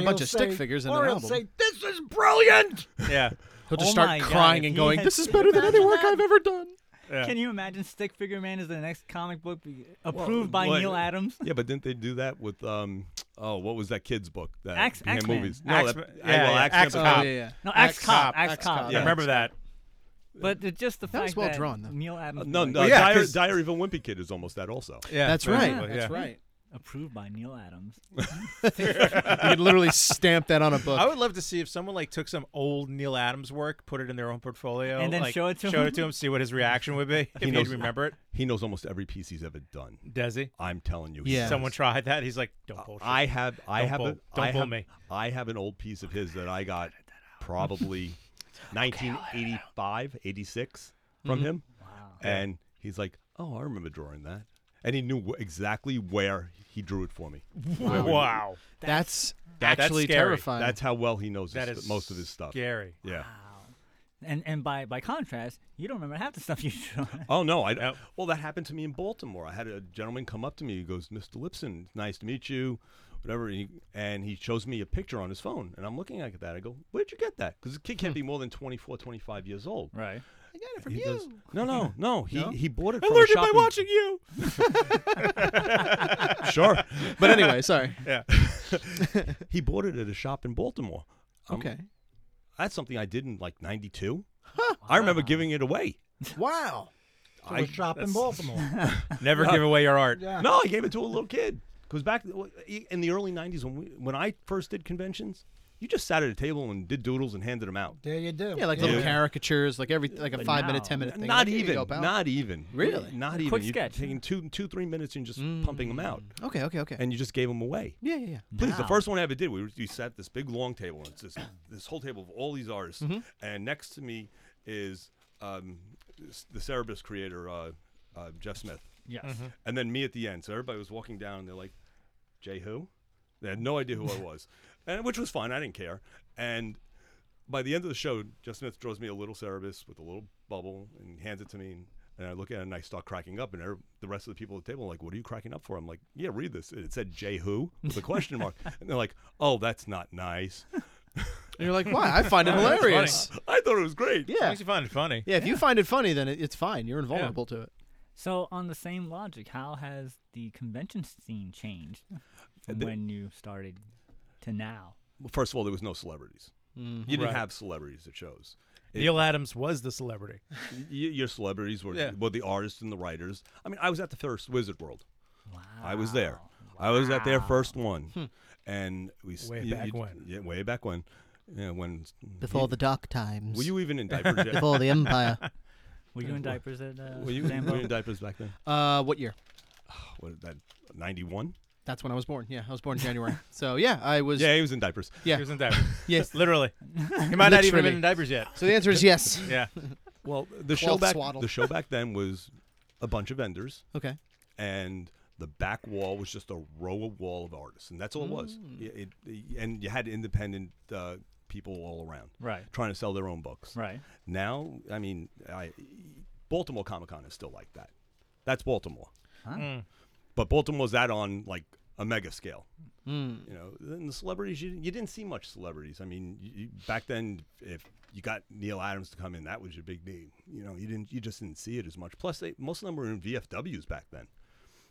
Speaker 2: Or he'll say, "This is brilliant."
Speaker 4: yeah.
Speaker 3: He'll just
Speaker 1: Oh my
Speaker 3: start
Speaker 1: God,
Speaker 3: crying
Speaker 1: if
Speaker 3: and
Speaker 1: he
Speaker 3: going,
Speaker 1: had-
Speaker 3: "This is better than any
Speaker 1: Imagine
Speaker 3: work
Speaker 1: that.
Speaker 3: I've ever done."
Speaker 6: Yeah.
Speaker 1: Can you imagine Stick Figure Man is the next comic book be-
Speaker 6: Well,
Speaker 1: approved by
Speaker 6: what-
Speaker 1: Neil Adams?
Speaker 6: Yeah, but didn't they do that with um? Oh, what was that kid's book that
Speaker 1: Ax-
Speaker 6: became
Speaker 1: Axeman.
Speaker 6: Uh, movies?
Speaker 1: Axeman.
Speaker 6: that-
Speaker 1: Yeah,
Speaker 6: well,
Speaker 1: yeah,
Speaker 6: Axeman
Speaker 1: Axe
Speaker 6: became-
Speaker 4: oh,
Speaker 1: Cop. Oh, Yeah, yeah. No, Axe Axe Cop, Cop, Axe Axe Cop. Cop. I remember
Speaker 4: that.
Speaker 1: But it's just the
Speaker 3: That
Speaker 1: fact
Speaker 3: was well
Speaker 1: that
Speaker 3: drawn, though.
Speaker 1: Neil Adams.
Speaker 6: Uh, no,
Speaker 1: was
Speaker 6: no,
Speaker 1: like-
Speaker 6: Diary, Diary of a Wimpy Kid is almost that also.
Speaker 3: That's right. That's
Speaker 1: (laughs)
Speaker 3: right.
Speaker 1: Approved by Neil Adams.
Speaker 3: (laughs)
Speaker 1: (laughs)
Speaker 3: You could literally stamp that on a book.
Speaker 4: I would love to see if someone like took some old Neil Adams work, put it in their own portfolio,
Speaker 1: And then
Speaker 4: like,
Speaker 1: show it to him?
Speaker 4: see what his reaction
Speaker 6: (laughs)
Speaker 4: would be. If he would remember it.
Speaker 6: He knows almost every piece he's ever done.
Speaker 4: Does he?
Speaker 6: I'm telling you.
Speaker 4: Yeah.
Speaker 6: He
Speaker 4: Someone
Speaker 6: does.
Speaker 4: tried that, he's like, "Don't
Speaker 6: Uh,
Speaker 4: bullshit
Speaker 6: I
Speaker 4: me.
Speaker 6: have. I
Speaker 4: Don't
Speaker 6: have.
Speaker 4: bull-
Speaker 6: a-
Speaker 4: don't
Speaker 6: I
Speaker 4: bull
Speaker 6: have-
Speaker 4: me."
Speaker 6: I have an old piece of his that I got
Speaker 4: (laughs)
Speaker 6: probably 1985, 86 from
Speaker 1: Mm-hmm.
Speaker 8: Mhm.
Speaker 6: him, and he's like, "Oh, I remember drawing that." And he knew wh- exactly where he drew it for me. Where we-
Speaker 4: Wow. That's actually
Speaker 6: scary.
Speaker 4: terrifying.
Speaker 6: That's how well he knows
Speaker 4: That
Speaker 6: his,
Speaker 4: is
Speaker 6: most of his stuff.
Speaker 4: scary.
Speaker 6: Yeah.
Speaker 1: And and by by contrast, you don't remember half the stuff you draw.
Speaker 6: (laughs) Oh no! I well, that happened to me in Baltimore. I had a gentleman come up to me. He goes, "Mr. Lipson, nice to meet you," whatever. And he, and he shows me a picture on his phone, and I'm looking at that. I go, "Where'd you get that?" Because the kid
Speaker 3: Hmm.
Speaker 6: can't be more than 24, 25 years old.
Speaker 1: Right.
Speaker 6: I got it from you. Goes,
Speaker 3: (laughs)
Speaker 6: no, no, no. He
Speaker 3: No?
Speaker 6: he bought it.
Speaker 3: I
Speaker 6: from
Speaker 3: learned
Speaker 6: a
Speaker 3: it by
Speaker 6: shop in-
Speaker 3: watching you.
Speaker 6: (laughs) sure.
Speaker 3: But anyway, sorry.
Speaker 6: (laughs) Yeah. he bought it at a shop in Baltimore. Um,
Speaker 3: Okay.
Speaker 6: That's something I did in like '92. I remember giving it away.
Speaker 3: Wow.
Speaker 2: To a shop in
Speaker 6: that's-
Speaker 2: Baltimore.
Speaker 4: (laughs) Never
Speaker 6: No.
Speaker 4: give away your art.
Speaker 2: Yeah.
Speaker 6: No, I gave it to a little kid. Because back in the early '90s, when we, when I first did conventions, you just sat at a table and did doodles and handed them out.
Speaker 2: There you do.
Speaker 3: Yeah, like little caricatures, like every like a
Speaker 6: But
Speaker 3: five minute,
Speaker 6: now-
Speaker 3: ten minute thing.
Speaker 6: Not
Speaker 3: Like, here you
Speaker 6: even.
Speaker 3: go, pal.
Speaker 6: Not even.
Speaker 3: Really?
Speaker 6: Not even.
Speaker 3: Quick
Speaker 6: You're
Speaker 3: sketch.
Speaker 6: Taking
Speaker 4: (laughs)
Speaker 6: two, two, three minutes and just pumping them out.
Speaker 3: Okay, okay, okay.
Speaker 6: And you just gave them away.
Speaker 3: Yeah, yeah, yeah.
Speaker 6: Please, the
Speaker 3: Wow.
Speaker 6: first one I ever did, we, were, we sat at this big long table, and it's this, this whole table of all these artists,
Speaker 3: Mhm.
Speaker 6: and next to me is um, s- the Cerebus creator, uh, uh, Jeff Smith.
Speaker 1: Yes.
Speaker 2: Mm-hmm.
Speaker 1: Mhm.
Speaker 6: And then me at the end. So everybody was walking down, and they're like, "Jay, who?" They had no idea who I was, and which was fine. I didn't care. And by the end of the show, Jeff Smith draws me a little Cerebus with a little bubble and hands it to me. And, and I look at it and I start cracking up. And every- the rest of the people at the table are like, What are you cracking up for? I'm like, Yeah, read this. It said J Who with a question mark. and they're like, Oh, that's not nice. And
Speaker 3: (laughs) you're like, "Why? I
Speaker 6: (laughs)
Speaker 3: find it hilarious."
Speaker 6: I thought it was great.
Speaker 3: Yeah. Makes you
Speaker 4: find it funny.
Speaker 3: Yeah, if you find it funny, then it, it's fine. You're invulnerable to it.
Speaker 1: So on the same logic, how has the convention scene changed from
Speaker 6: the-
Speaker 1: when you started to now?
Speaker 6: Well, first of all, there was no celebrities.
Speaker 1: Mhm.
Speaker 6: You didn't
Speaker 1: Right.
Speaker 6: have celebrities at shows. It-
Speaker 4: Neil Adams was the celebrity.
Speaker 6: (laughs) y- your celebrities were,
Speaker 4: Yeah.
Speaker 6: were the artists and the writers. I mean, I was at the first Wizard World. I was there. I was at their first one,
Speaker 3: Hmm.
Speaker 6: and we s-
Speaker 3: Way
Speaker 6: you-
Speaker 3: back
Speaker 6: you-
Speaker 3: when.
Speaker 6: Yeah, way back when. Yeah, when
Speaker 3: Before
Speaker 6: you-
Speaker 3: the dark times.
Speaker 6: Were you even
Speaker 3: (laughs)
Speaker 6: in diapers? yet?
Speaker 3: Before the empire.
Speaker 1: Were you in diapers at, uh,
Speaker 6: were, you, were
Speaker 1: Sambo?
Speaker 6: you in diapers back then?
Speaker 3: Uh, what year?
Speaker 6: What is that? Ninety one.
Speaker 3: That's when I was born. Yeah, I was born in
Speaker 6: (laughs)
Speaker 3: January. So yeah, I was.
Speaker 6: Yeah, he was in diapers.
Speaker 3: Yeah,
Speaker 4: He was in diapers.
Speaker 3: yes, (laughs)
Speaker 4: Literally. He might not even have been in
Speaker 3: Literally.
Speaker 4: diapers yet.
Speaker 3: So the answer is yes.
Speaker 4: (laughs) Yeah.
Speaker 6: Well, the show
Speaker 3: Cloth
Speaker 6: back
Speaker 3: swaddle.
Speaker 6: the show back then was a bunch of vendors.
Speaker 3: Okay.
Speaker 6: And the back wall was just a row of wall of artists, and that's all it was.
Speaker 3: Mm.
Speaker 6: Y- It, it- and you had independent uh, people all around,
Speaker 1: Right.
Speaker 6: Trying to sell their own books,
Speaker 1: Right.
Speaker 6: Now, I mean, I, Baltimore Comic Con is still like that. That's Baltimore,
Speaker 1: Huh? Mm.
Speaker 6: but Baltimore's that on like a mega scale.
Speaker 3: Mm.
Speaker 6: You know, then the celebrities you, you didn't see much celebrities. I mean, you, you, back then, if you got Neil Adams to come in, that was your big name. You know, you didn't, you just didn't see it as much. Plus, they, most of them were in VFWs back then.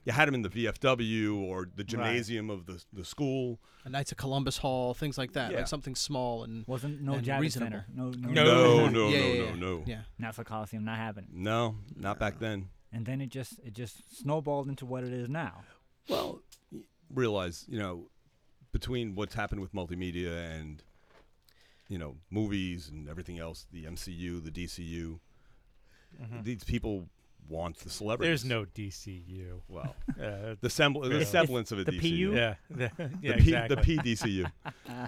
Speaker 6: You had them in the VFW or the gymnasium of the the school.
Speaker 3: A Knights of Columbus Hall, things like that,
Speaker 6: Yeah.
Speaker 3: like something small and
Speaker 1: wasn't no
Speaker 3: and
Speaker 1: Javits
Speaker 3: reasonable.
Speaker 1: Center. No, no,
Speaker 6: No,
Speaker 1: (laughs)
Speaker 6: no, no,
Speaker 3: yeah, yeah,
Speaker 6: no,
Speaker 3: yeah.
Speaker 6: no.
Speaker 3: Yeah.
Speaker 1: Nassau Coliseum, not happening.
Speaker 6: No, not back then.
Speaker 1: And then it just it just snowballed into what it is now.
Speaker 6: Well, y- realize you know between what's happened with multimedia and you know movies and everything else, the MCU, the DCU,
Speaker 1: Mm-hmm.
Speaker 4: Mhm.
Speaker 6: these people want the celebrities.
Speaker 4: There's no DCU.
Speaker 6: Well,
Speaker 4: Uh,
Speaker 6: the, sembl-
Speaker 4: (laughs) yeah.
Speaker 6: the semblance of a
Speaker 1: the
Speaker 6: DCU.
Speaker 4: (laughs)
Speaker 1: PU?
Speaker 4: Yeah. The, yeah,
Speaker 6: P-
Speaker 4: exactly. Um,
Speaker 3: (laughs)
Speaker 6: the PDCU.
Speaker 3: Uh,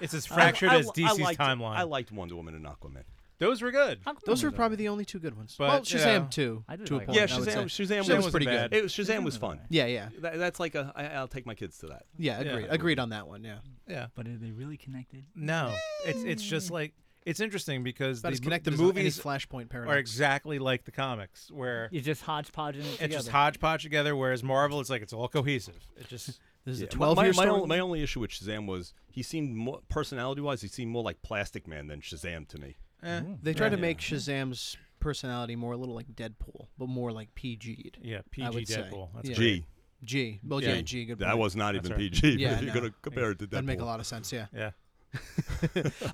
Speaker 4: It's as
Speaker 6: I-
Speaker 4: fractured
Speaker 6: I-
Speaker 4: as
Speaker 6: I
Speaker 4: DC's
Speaker 6: liked-
Speaker 4: timeline.
Speaker 6: I liked Wonder Woman and Aquaman.
Speaker 4: Those were good.
Speaker 3: Those were probably the only two good ones.
Speaker 4: But,
Speaker 3: well,
Speaker 4: yeah.
Speaker 3: Shazam too.
Speaker 4: I did
Speaker 3: to a
Speaker 4: like
Speaker 3: point,
Speaker 6: yeah,
Speaker 3: I would
Speaker 6: Shazam,
Speaker 3: say.
Speaker 6: Shazam,
Speaker 3: was
Speaker 6: wasn't
Speaker 3: pretty
Speaker 6: bad.
Speaker 3: good.
Speaker 6: It was, Shazam was fun.
Speaker 3: Yeah, yeah.
Speaker 6: That, that's like a. I, I'll take my kids to that.
Speaker 3: Yeah, agreed. Agreed on that one. Yeah.
Speaker 4: Yeah.
Speaker 1: But are they really connected?
Speaker 4: No, it's it's just like it's interesting because the,
Speaker 3: About as
Speaker 4: mo- the
Speaker 3: connected as any
Speaker 4: movies
Speaker 3: Flashpoint
Speaker 4: are
Speaker 3: paradox.
Speaker 4: exactly like the comics, where
Speaker 1: You're just hodgepodging it
Speaker 4: it's
Speaker 1: together.
Speaker 4: just hodgepodge together. Whereas Marvel, it's like it's all cohesive. It just
Speaker 3: This is
Speaker 6: Yeah, my- my, my, only, my only issue with Shazam was he seemed more personality wise he seemed more like Plastic Man than Shazam to me.
Speaker 4: Eh.
Speaker 1: Mm,
Speaker 3: They try
Speaker 4: Yeah.
Speaker 3: to make Shazam's personality more a little like Deadpool, but more like PG'd.
Speaker 4: Yeah,
Speaker 3: I
Speaker 4: PG
Speaker 3: would say.
Speaker 4: Deadpool. That's
Speaker 3: Yeah.
Speaker 6: G.
Speaker 3: G. Well, yeah, G. Good.
Speaker 6: That
Speaker 3: point.
Speaker 6: was not even
Speaker 3: That's right.
Speaker 6: PG.
Speaker 3: Yeah,
Speaker 6: but if you're
Speaker 3: no.
Speaker 6: gonna compare it to Deadpool,
Speaker 3: That'd make a lot of sense. Yeah.
Speaker 4: Yeah.
Speaker 3: (laughs)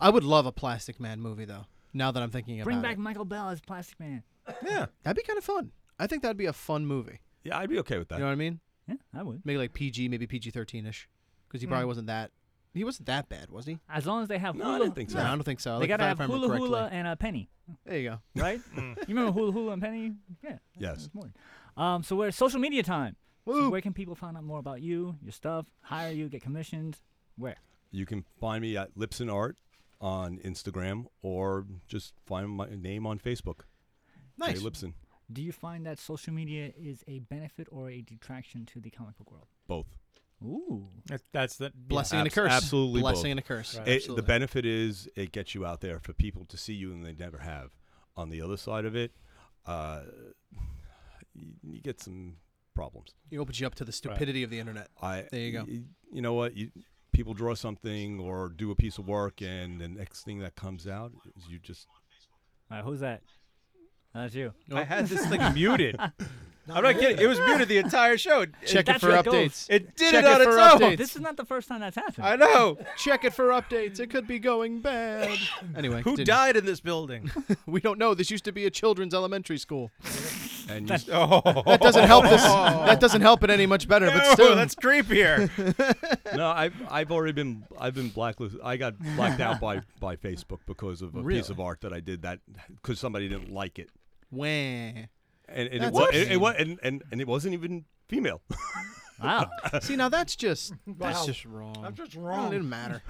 Speaker 3: I would love a Plastic Man movie though. Now that I'm thinking
Speaker 1: Bring
Speaker 3: about
Speaker 1: back Michael Bell as Plastic Man.
Speaker 4: Yeah.
Speaker 3: it, that'd be kind of fun. I think that'd be a fun movie.
Speaker 6: Yeah, I'd be okay with that.
Speaker 3: You know what I mean?
Speaker 1: Yeah, I would.
Speaker 3: Maybe like PG, maybe PG thirteen ish, because he
Speaker 1: Hmm.
Speaker 3: probably wasn't that. He wasn't that bad, was he?
Speaker 1: As long as they have
Speaker 3: No, I
Speaker 1: hula.
Speaker 3: didn't think so. No, I don't think so.
Speaker 1: They
Speaker 3: Like,
Speaker 1: gotta
Speaker 3: if I
Speaker 1: have
Speaker 3: remember
Speaker 1: hula
Speaker 3: correctly.
Speaker 1: hula and a penny.
Speaker 3: There you go.
Speaker 1: (laughs) Right?
Speaker 4: Mm.
Speaker 1: you remember hula hula and penny? Yeah.
Speaker 6: Yes.
Speaker 1: It's more. Um, so we're social media time. So where can people find out more about you, your stuff, hire you, get commissions? Where?
Speaker 6: You can find me at Lips and Art on Instagram, or just find my name on Facebook. Jay
Speaker 1: Nice.
Speaker 6: Lipson.
Speaker 1: Do you find that social media is a benefit or a detraction to the comic book world?
Speaker 6: Both.
Speaker 1: Ooh.
Speaker 4: That's, that's the
Speaker 3: Blessing and a
Speaker 6: Abs-
Speaker 3: curse.
Speaker 6: Absolutely,
Speaker 3: Blessing
Speaker 6: both.
Speaker 3: and a curse.
Speaker 6: It-
Speaker 3: Absolutely.
Speaker 6: the benefit is it gets you out there for people to see you and they never have. On the other side of it, uh, you, you get some problems.
Speaker 3: It opens you up to the stupidity of the internet.
Speaker 6: I
Speaker 3: there you go.
Speaker 6: y- you know what? You, people draw something or do a piece of work, and the next thing that comes out is you just
Speaker 1: All right, who's that? Uh, That's you.
Speaker 4: I had this
Speaker 1: (laughs)
Speaker 4: thing muted. I'm not kidding. It was muted the entire show. It-
Speaker 1: Check it
Speaker 4: that's
Speaker 1: for
Speaker 4: what goes.
Speaker 1: updates.
Speaker 4: It did
Speaker 1: Check
Speaker 4: it on
Speaker 1: it
Speaker 4: its
Speaker 1: for
Speaker 4: own.
Speaker 1: updates. This is not the first time that's happened.
Speaker 4: I
Speaker 1: (laughs)
Speaker 4: know.
Speaker 3: Check it for updates. It could be
Speaker 4: (laughs)
Speaker 3: going bad. Anyway,
Speaker 4: Who
Speaker 3: continue.
Speaker 4: died in this building?
Speaker 3: (laughs) we don't know. This used to be a children's
Speaker 4: (laughs)
Speaker 3: elementary school.
Speaker 6: And
Speaker 4: you- Oh.
Speaker 3: that doesn't
Speaker 4: (laughs)
Speaker 3: help (laughs) this. That doesn't help it any much better. but still,
Speaker 6: (laughs)
Speaker 3: (laughs)
Speaker 6: no, I've I've already been I've been blacklisted. I got blacked out by by Facebook because of a piece
Speaker 3: Really?
Speaker 6: of art that I did that because somebody didn't like it,
Speaker 3: Wah. And
Speaker 6: and, and it was it, was and, and and it wasn't even female. (laughs)
Speaker 1: Wow.
Speaker 3: See, now that's just that's
Speaker 2: Wow.
Speaker 3: just wrong.
Speaker 2: That's just
Speaker 3: Well,
Speaker 2: wrong.
Speaker 3: It didn't matter.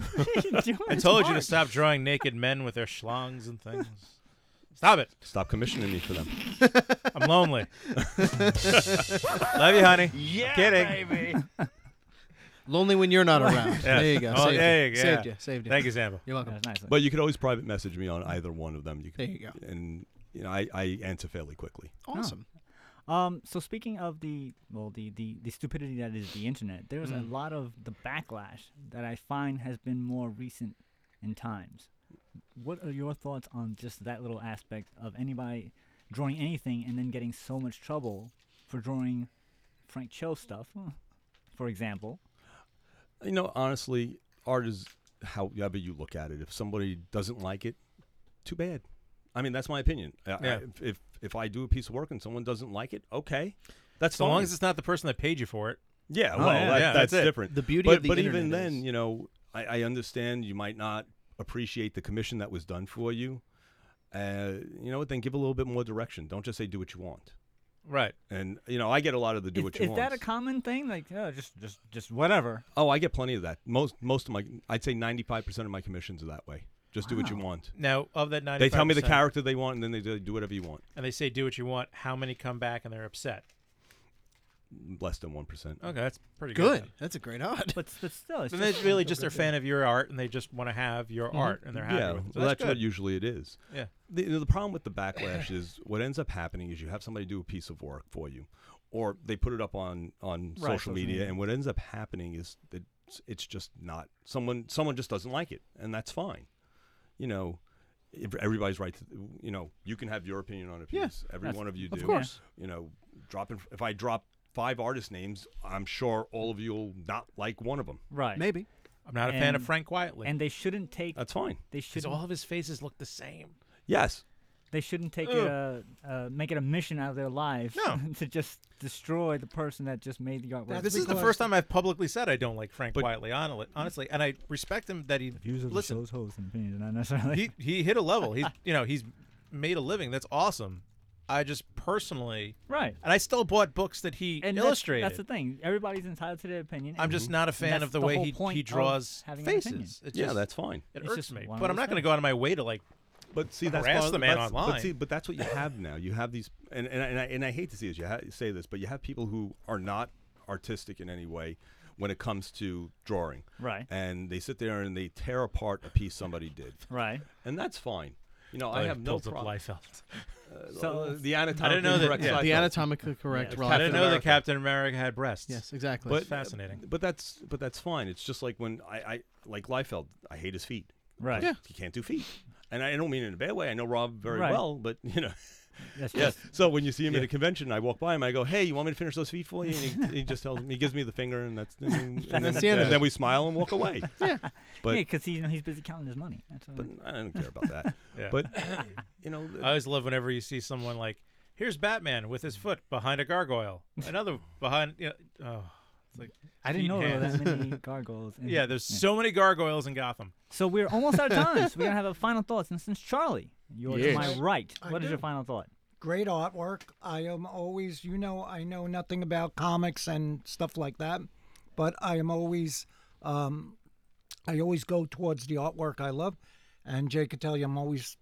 Speaker 4: I told you to stop drawing naked men with their schlongs and things. Stop it.
Speaker 6: Stop commissioning me for them.
Speaker 4: (laughs) I'm
Speaker 6: (laughs)
Speaker 4: lonely. (laughs) Love you, honey. Yeah, kidding. baby.
Speaker 3: (laughs) Lonely when you're not around.
Speaker 6: (laughs) Yeah.
Speaker 3: There you go.
Speaker 6: Oh,
Speaker 3: saved
Speaker 6: there you
Speaker 3: you.
Speaker 6: go,
Speaker 3: Saved
Speaker 6: yeah.
Speaker 3: you. Saved you.
Speaker 6: Thank you, Sambo.
Speaker 3: You're welcome.
Speaker 6: But you could always private message me on either one of them. You could,
Speaker 3: There you Oh,
Speaker 6: go. And you know, I, I answer fairly quickly.
Speaker 3: Awesome.
Speaker 1: Um, so speaking of the well, the, the, the stupidity that is the internet, there's a
Speaker 3: Mm.
Speaker 1: lot of the backlash that I find has been more recent in times. What are your thoughts on just that little aspect of anybody drawing anything and then getting so much trouble for drawing Frank Cho stuff, (laughs) for example?
Speaker 6: You know, honestly, art is however you look at it. If somebody doesn't like it, too bad. I mean, that's my opinion. I- I-
Speaker 4: Yeah.
Speaker 6: if, if if I do a piece of work and someone doesn't like it, okay, that's
Speaker 4: so long
Speaker 6: fine.
Speaker 4: as it's not the person that paid you for it.
Speaker 3: Oh,
Speaker 6: Yeah, well, that, that's, different.
Speaker 3: The beauty
Speaker 6: but,
Speaker 3: of the
Speaker 6: but even
Speaker 3: internet
Speaker 6: then, you know, I, I understand you might not appreciate the commission that was done for you. Uh, you know what? Then give a little bit more direction. Don't just say do what you want.
Speaker 4: Right.
Speaker 6: And you know, I get a lot of the do
Speaker 1: Is,
Speaker 6: what you
Speaker 1: is
Speaker 6: want.
Speaker 1: that a common thing? Like, oh, just just just whatever.
Speaker 6: Oh, I get plenty of that. Most most of my, I'd say ninety five percent of my commissions are that way. Just do what you
Speaker 4: Wow.
Speaker 6: want.
Speaker 4: Now, of that
Speaker 6: they tell me the
Speaker 4: 95%.
Speaker 6: character they want, and then they do do whatever you want.
Speaker 4: And they say, do what you want. How many come back and they're upset?
Speaker 6: Less than one percent.
Speaker 4: Okay, that's pretty
Speaker 3: Good.
Speaker 4: good.
Speaker 3: That's a great odd.
Speaker 1: But, but still, it's
Speaker 4: then
Speaker 1: just
Speaker 4: they really just are fan of your art and they just want to have your
Speaker 1: Mhm.
Speaker 4: art and they're happy
Speaker 6: yeah,
Speaker 4: with it. So
Speaker 6: well, that's, what
Speaker 4: good.
Speaker 6: usually it is.
Speaker 4: Yeah.
Speaker 6: The, the problem with the backlash is what ends up happening is you have somebody do a piece of work for you, or they put it up on on
Speaker 1: Right,
Speaker 6: social,
Speaker 1: social
Speaker 6: media,
Speaker 1: media.
Speaker 6: and what ends up happening is that it's, it's just not someone someone just doesn't like it, and that's fine. You know, if everybody's right. To, you know, you can have your opinion on a piece.
Speaker 3: Yeah,
Speaker 6: Every
Speaker 3: that's-
Speaker 6: one of you do.
Speaker 3: of course.
Speaker 6: You know, dropping if I drop five artist names, I'm sure all of you'll not like one of them.
Speaker 1: Right.
Speaker 3: Maybe.
Speaker 4: I'm not a fan of
Speaker 1: And-
Speaker 4: Frank Quietly.
Speaker 1: And they shouldn't take.
Speaker 6: That's fine.
Speaker 1: They
Speaker 4: Because
Speaker 1: should
Speaker 4: all of his faces look the same.
Speaker 6: Yes.
Speaker 1: They shouldn't take it,
Speaker 4: Ugh.
Speaker 1: uh, uh, make it a mission out of their lives (laughs) to just destroy the person that just made the artwork.
Speaker 4: this is the first time I've publicly said I don't like Frank Quietly, hon- honestly, and I respect him that he
Speaker 1: Views of
Speaker 4: listen.
Speaker 1: the show's host and opinions, not necessarily.
Speaker 4: he he hit a level.
Speaker 1: (laughs)
Speaker 4: He's you know he's made a living. That's awesome. I just personally
Speaker 1: Right.
Speaker 4: and I still bought books that he
Speaker 1: and that's-
Speaker 4: illustrated.
Speaker 1: That's, the thing. Everybody's entitled to their opinion.
Speaker 4: I'm
Speaker 1: and-
Speaker 4: just not a
Speaker 1: and
Speaker 4: fan
Speaker 1: that's
Speaker 4: of the, way
Speaker 1: whole
Speaker 4: he,
Speaker 1: point
Speaker 4: he
Speaker 1: of
Speaker 4: draws
Speaker 1: having an opinion.
Speaker 4: faces. It's
Speaker 6: Yeah,
Speaker 4: just-
Speaker 6: that's fine.
Speaker 4: It
Speaker 1: It's
Speaker 4: irks
Speaker 1: (laughs)
Speaker 4: (laughs)
Speaker 1: just
Speaker 4: me,
Speaker 1: one of
Speaker 4: but I'm
Speaker 1: those
Speaker 4: not going to
Speaker 1: things.
Speaker 4: go out of my way to like.
Speaker 6: But see, that's
Speaker 4: harass
Speaker 6: part-
Speaker 4: the man
Speaker 6: that's-
Speaker 4: online.
Speaker 6: But, see, but that's what you have now. You have these, and and, I- and, I, and I hate to see this. You ha- say this, but you have people who are not artistic in any way when it comes to drawing.
Speaker 1: Right.
Speaker 6: And they sit there and they tear apart a piece somebody did.
Speaker 1: Right.
Speaker 6: And that's fine. You know,
Speaker 4: Oh,
Speaker 6: I
Speaker 4: it
Speaker 6: have no
Speaker 4: builds up
Speaker 6: problem.
Speaker 4: Liefeld.
Speaker 6: Uh,
Speaker 4: So-
Speaker 6: the
Speaker 4: I
Speaker 6: anatomically
Speaker 4: didn't know that-
Speaker 6: correct
Speaker 4: yeah.
Speaker 6: Liefeld.
Speaker 3: The anatomically correct.
Speaker 4: I didn't
Speaker 3: Captain
Speaker 4: know that
Speaker 3: America.
Speaker 4: Captain America had breasts.
Speaker 3: Yes, exactly.
Speaker 4: But, fascinating.
Speaker 6: But that's but that's fine. It's just like when I, I like Liefeld. I hate his feet.
Speaker 1: Right.
Speaker 6: I-
Speaker 1: Yeah.
Speaker 6: He can't do feet. and I don't mean it in a bad way. I know Rob very
Speaker 1: Right.
Speaker 6: well, but
Speaker 4: (laughs)
Speaker 6: you know.
Speaker 1: That's
Speaker 6: (laughs) yeah.
Speaker 1: just-
Speaker 6: So when you see him
Speaker 1: Yeah.
Speaker 6: at a convention, I walk by him. I go, "Hey, you want me to finish those feet for you?" And
Speaker 4: (laughs)
Speaker 6: he, he just tells me, he gives me the finger, and that's
Speaker 1: (laughs)
Speaker 6: and, then- and
Speaker 1: That's
Speaker 6: then,
Speaker 1: the end of
Speaker 6: and then
Speaker 1: it.
Speaker 6: we smile and walk
Speaker 4: (laughs)
Speaker 6: away.
Speaker 1: (laughs) yeah,
Speaker 6: But
Speaker 1: because you know he's busy counting his money. That's all.
Speaker 6: but I don't care
Speaker 4: (laughs)
Speaker 6: about that.
Speaker 4: (coughs)
Speaker 6: But (coughs) you know,
Speaker 4: Mm. I always love whenever you see someone like, "Here's Batman with his foot behind a gargoyle, another behind." You know, oh, it's like
Speaker 1: I didn't
Speaker 4: feet
Speaker 1: know
Speaker 4: and
Speaker 1: there were
Speaker 4: hands.
Speaker 3: (laughs)
Speaker 1: that many gargoyles
Speaker 4: (laughs)
Speaker 1: in-
Speaker 4: yeah, there's so many gargoyles in Gotham.
Speaker 1: So we're almost out of time. so we're gonna have a final thoughts, and since Charlie, you're to
Speaker 4: Yes.
Speaker 1: my right.
Speaker 2: I
Speaker 1: What is your
Speaker 2: do.
Speaker 1: final thought?
Speaker 2: Great artwork. I am always, you know, I know nothing about comics and stuff like that, but I am always, um, I always go towards the artwork I love. And Jay could tell you I'm always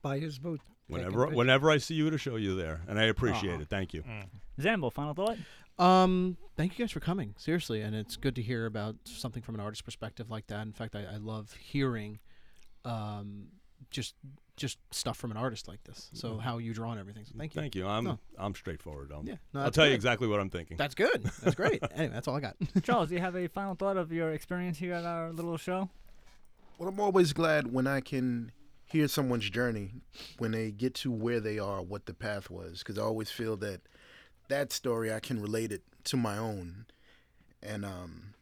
Speaker 2: by his boot. taking
Speaker 6: whenever
Speaker 2: pictures.
Speaker 6: whenever I see you at a show, you're there, and I appreciate
Speaker 4: Uh-huh.
Speaker 1: Aw.
Speaker 6: it. Thank you.
Speaker 4: Mm.
Speaker 1: Zambo, final thought.
Speaker 3: Um, thank you guys for coming. Seriously, and it's good to hear about something from an artist's perspective like that. In fact, I, I love hearing, um, just just stuff from an artist like this. So how you draw and everything. So thank you.
Speaker 6: Mm-hmm. Thank you. I'm
Speaker 3: No.
Speaker 6: I'm straightforward. i
Speaker 3: Yeah, no,
Speaker 6: I'll
Speaker 3: that's
Speaker 6: tell you
Speaker 3: good.
Speaker 6: exactly what I'm thinking.
Speaker 3: That's good. That's
Speaker 6: (laughs)
Speaker 3: great. anyway, that's all I got.
Speaker 1: Charles, do you have a final thought of your experience here at our little show?
Speaker 5: Well, I'm always glad when I can hear someone's journey when they get to where they are, what the path was, because I always feel that that story I can relate it to my own, and um,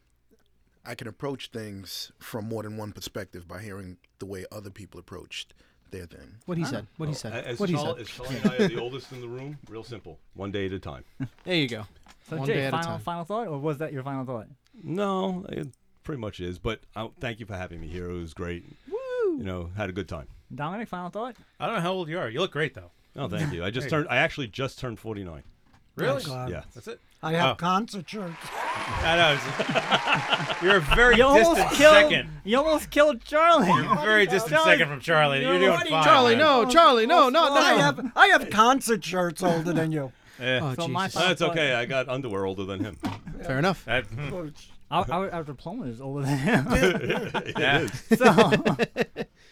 Speaker 5: I can approach things from more than one perspective by hearing the way other people approached their thing.
Speaker 3: What he said. What he
Speaker 4: Oh,
Speaker 3: said.
Speaker 6: As
Speaker 3: what he
Speaker 6: tall-
Speaker 3: said.
Speaker 6: as tall and I are the oldest in the room, real simple. One day at
Speaker 4: (laughs)
Speaker 6: a time.
Speaker 3: There you go.
Speaker 1: So
Speaker 3: One
Speaker 1: Jay,
Speaker 3: day at a
Speaker 1: final
Speaker 3: time.
Speaker 1: final thought, or was that your final thought?
Speaker 6: No, it pretty much is. But I, thank you for having me here. It was great. Woo! You know, had a good time.
Speaker 1: Dominic, final thought.
Speaker 4: I don't know how old you are. You look great though.
Speaker 6: Oh, thank you. I just
Speaker 4: Hey.
Speaker 6: turned. I actually just turned 49.
Speaker 4: Really?
Speaker 2: God.
Speaker 6: Yeah.
Speaker 4: That's it.
Speaker 2: I have
Speaker 4: Oh.
Speaker 2: concert shirts.
Speaker 4: I know. it's- (laughs) You're a very
Speaker 1: You almost
Speaker 4: distant
Speaker 1: killed-
Speaker 4: second.
Speaker 1: You almost killed Charlie.
Speaker 4: You're very distant second from Charlie. You're doing fine.
Speaker 3: Charlie, no, Charlie, no, no, no.
Speaker 2: Oh, I have, I have concert shirts older than you.
Speaker 6: (laughs) Yeah.
Speaker 4: (laughs)
Speaker 2: Oh, So my Jesus. final
Speaker 6: That's
Speaker 2: thought-
Speaker 6: okay. I got underwear older than him.
Speaker 3: Fair enough.
Speaker 1: (laughs)
Speaker 4: hmm.
Speaker 3: (laughs)
Speaker 1: our, our, our diploma is older
Speaker 4: (laughs)
Speaker 1: than him.
Speaker 6: It Yeah. is.
Speaker 1: (laughs)
Speaker 3: (laughs)
Speaker 1: So,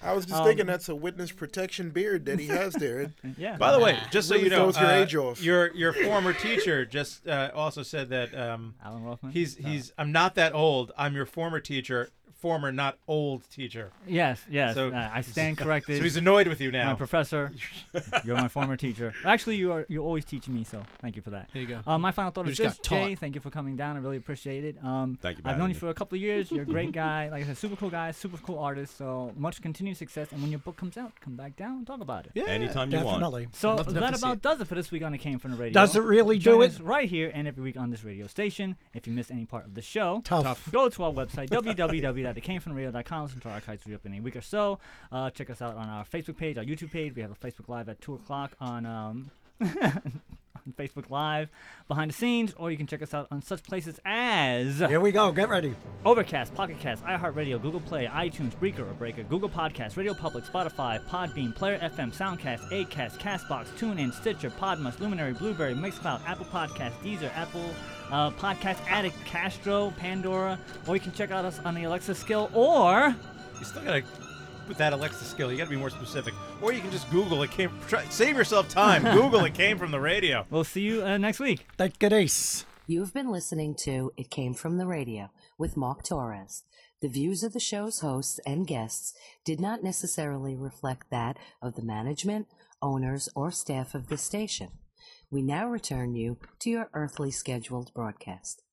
Speaker 5: I was just
Speaker 1: um,
Speaker 5: thinking that's a witness protection beard that he has there.
Speaker 3: (laughs)
Speaker 5: It-
Speaker 4: By the way, just so
Speaker 5: really
Speaker 4: you know,
Speaker 5: throws your
Speaker 4: uh,
Speaker 5: age off.
Speaker 4: your your former teacher just uh, also said that um,
Speaker 1: Alan Rothman.
Speaker 4: He's he's I'm not that old. I'm your former teacher, former not old teacher.
Speaker 1: Yes, yes. uh, I stand corrected.
Speaker 4: (laughs) So he's annoyed with you now.
Speaker 1: My professor. You're my former teacher. Actually, you are. You're always teaching me, so thank you for that.
Speaker 3: There you go.
Speaker 1: Uh, my final thought
Speaker 3: You
Speaker 1: is
Speaker 3: just
Speaker 1: this:
Speaker 3: got taught.
Speaker 1: Jay, thank you for coming down. I really appreciate it. Um,
Speaker 6: Thank you for
Speaker 1: I've
Speaker 6: having
Speaker 1: known you
Speaker 6: me.
Speaker 1: for a couple of years. You're a great guy. Like I said, super cool guy, super cool artist. So much continued success. And when your book comes out, come back down and talk about it.
Speaker 6: Yeah, Anytime you want. definitely.
Speaker 1: So
Speaker 6: Love to- love
Speaker 1: that
Speaker 6: to see
Speaker 1: about does it for this week on the Came from the Radio.
Speaker 2: Does it really
Speaker 1: Join
Speaker 2: do it?
Speaker 1: us right here and every week on this radio station. If you miss any part of the show,
Speaker 2: Tough. Tough.
Speaker 1: (laughs) go to our website www.thecamefromradio.com. Listen to our archives we up in a week or so. Uh, check us out on our Facebook page, our YouTube page. We have a Facebook Live at two o'clock on. Um, (laughs) on Facebook Live, behind the scenes, or you can check us out on such places as. Here
Speaker 2: we go, get ready.
Speaker 1: Overcast, Pocket Cast, iHeartRadio, Google Play, iTunes, Breaker, or Breaker, Google Podcasts, Radio Public, Spotify, Podbean, Player FM, Soundcast, Acast, Castbox, TuneIn, Stitcher, Podmus, Luminary, Blueberry, Mixcloud, Apple Podcasts, Deezer, Apple uh, Podcast Addict, Castro, Pandora, or you can check out us on the Alexa skill or.
Speaker 4: You still gotta put that Alexa skill. You gotta be more specific, or you can just Google it. Came try, save yourself time. Google it came from the radio.
Speaker 1: We'll see you uh, next week.
Speaker 2: Thank goodness.
Speaker 14: You've been listening to It Came From the Radio with Mark Torres. The views of the show's hosts and guests did not necessarily reflect that of the management, owners, or staff of the station. We now return you to your earthly scheduled broadcast.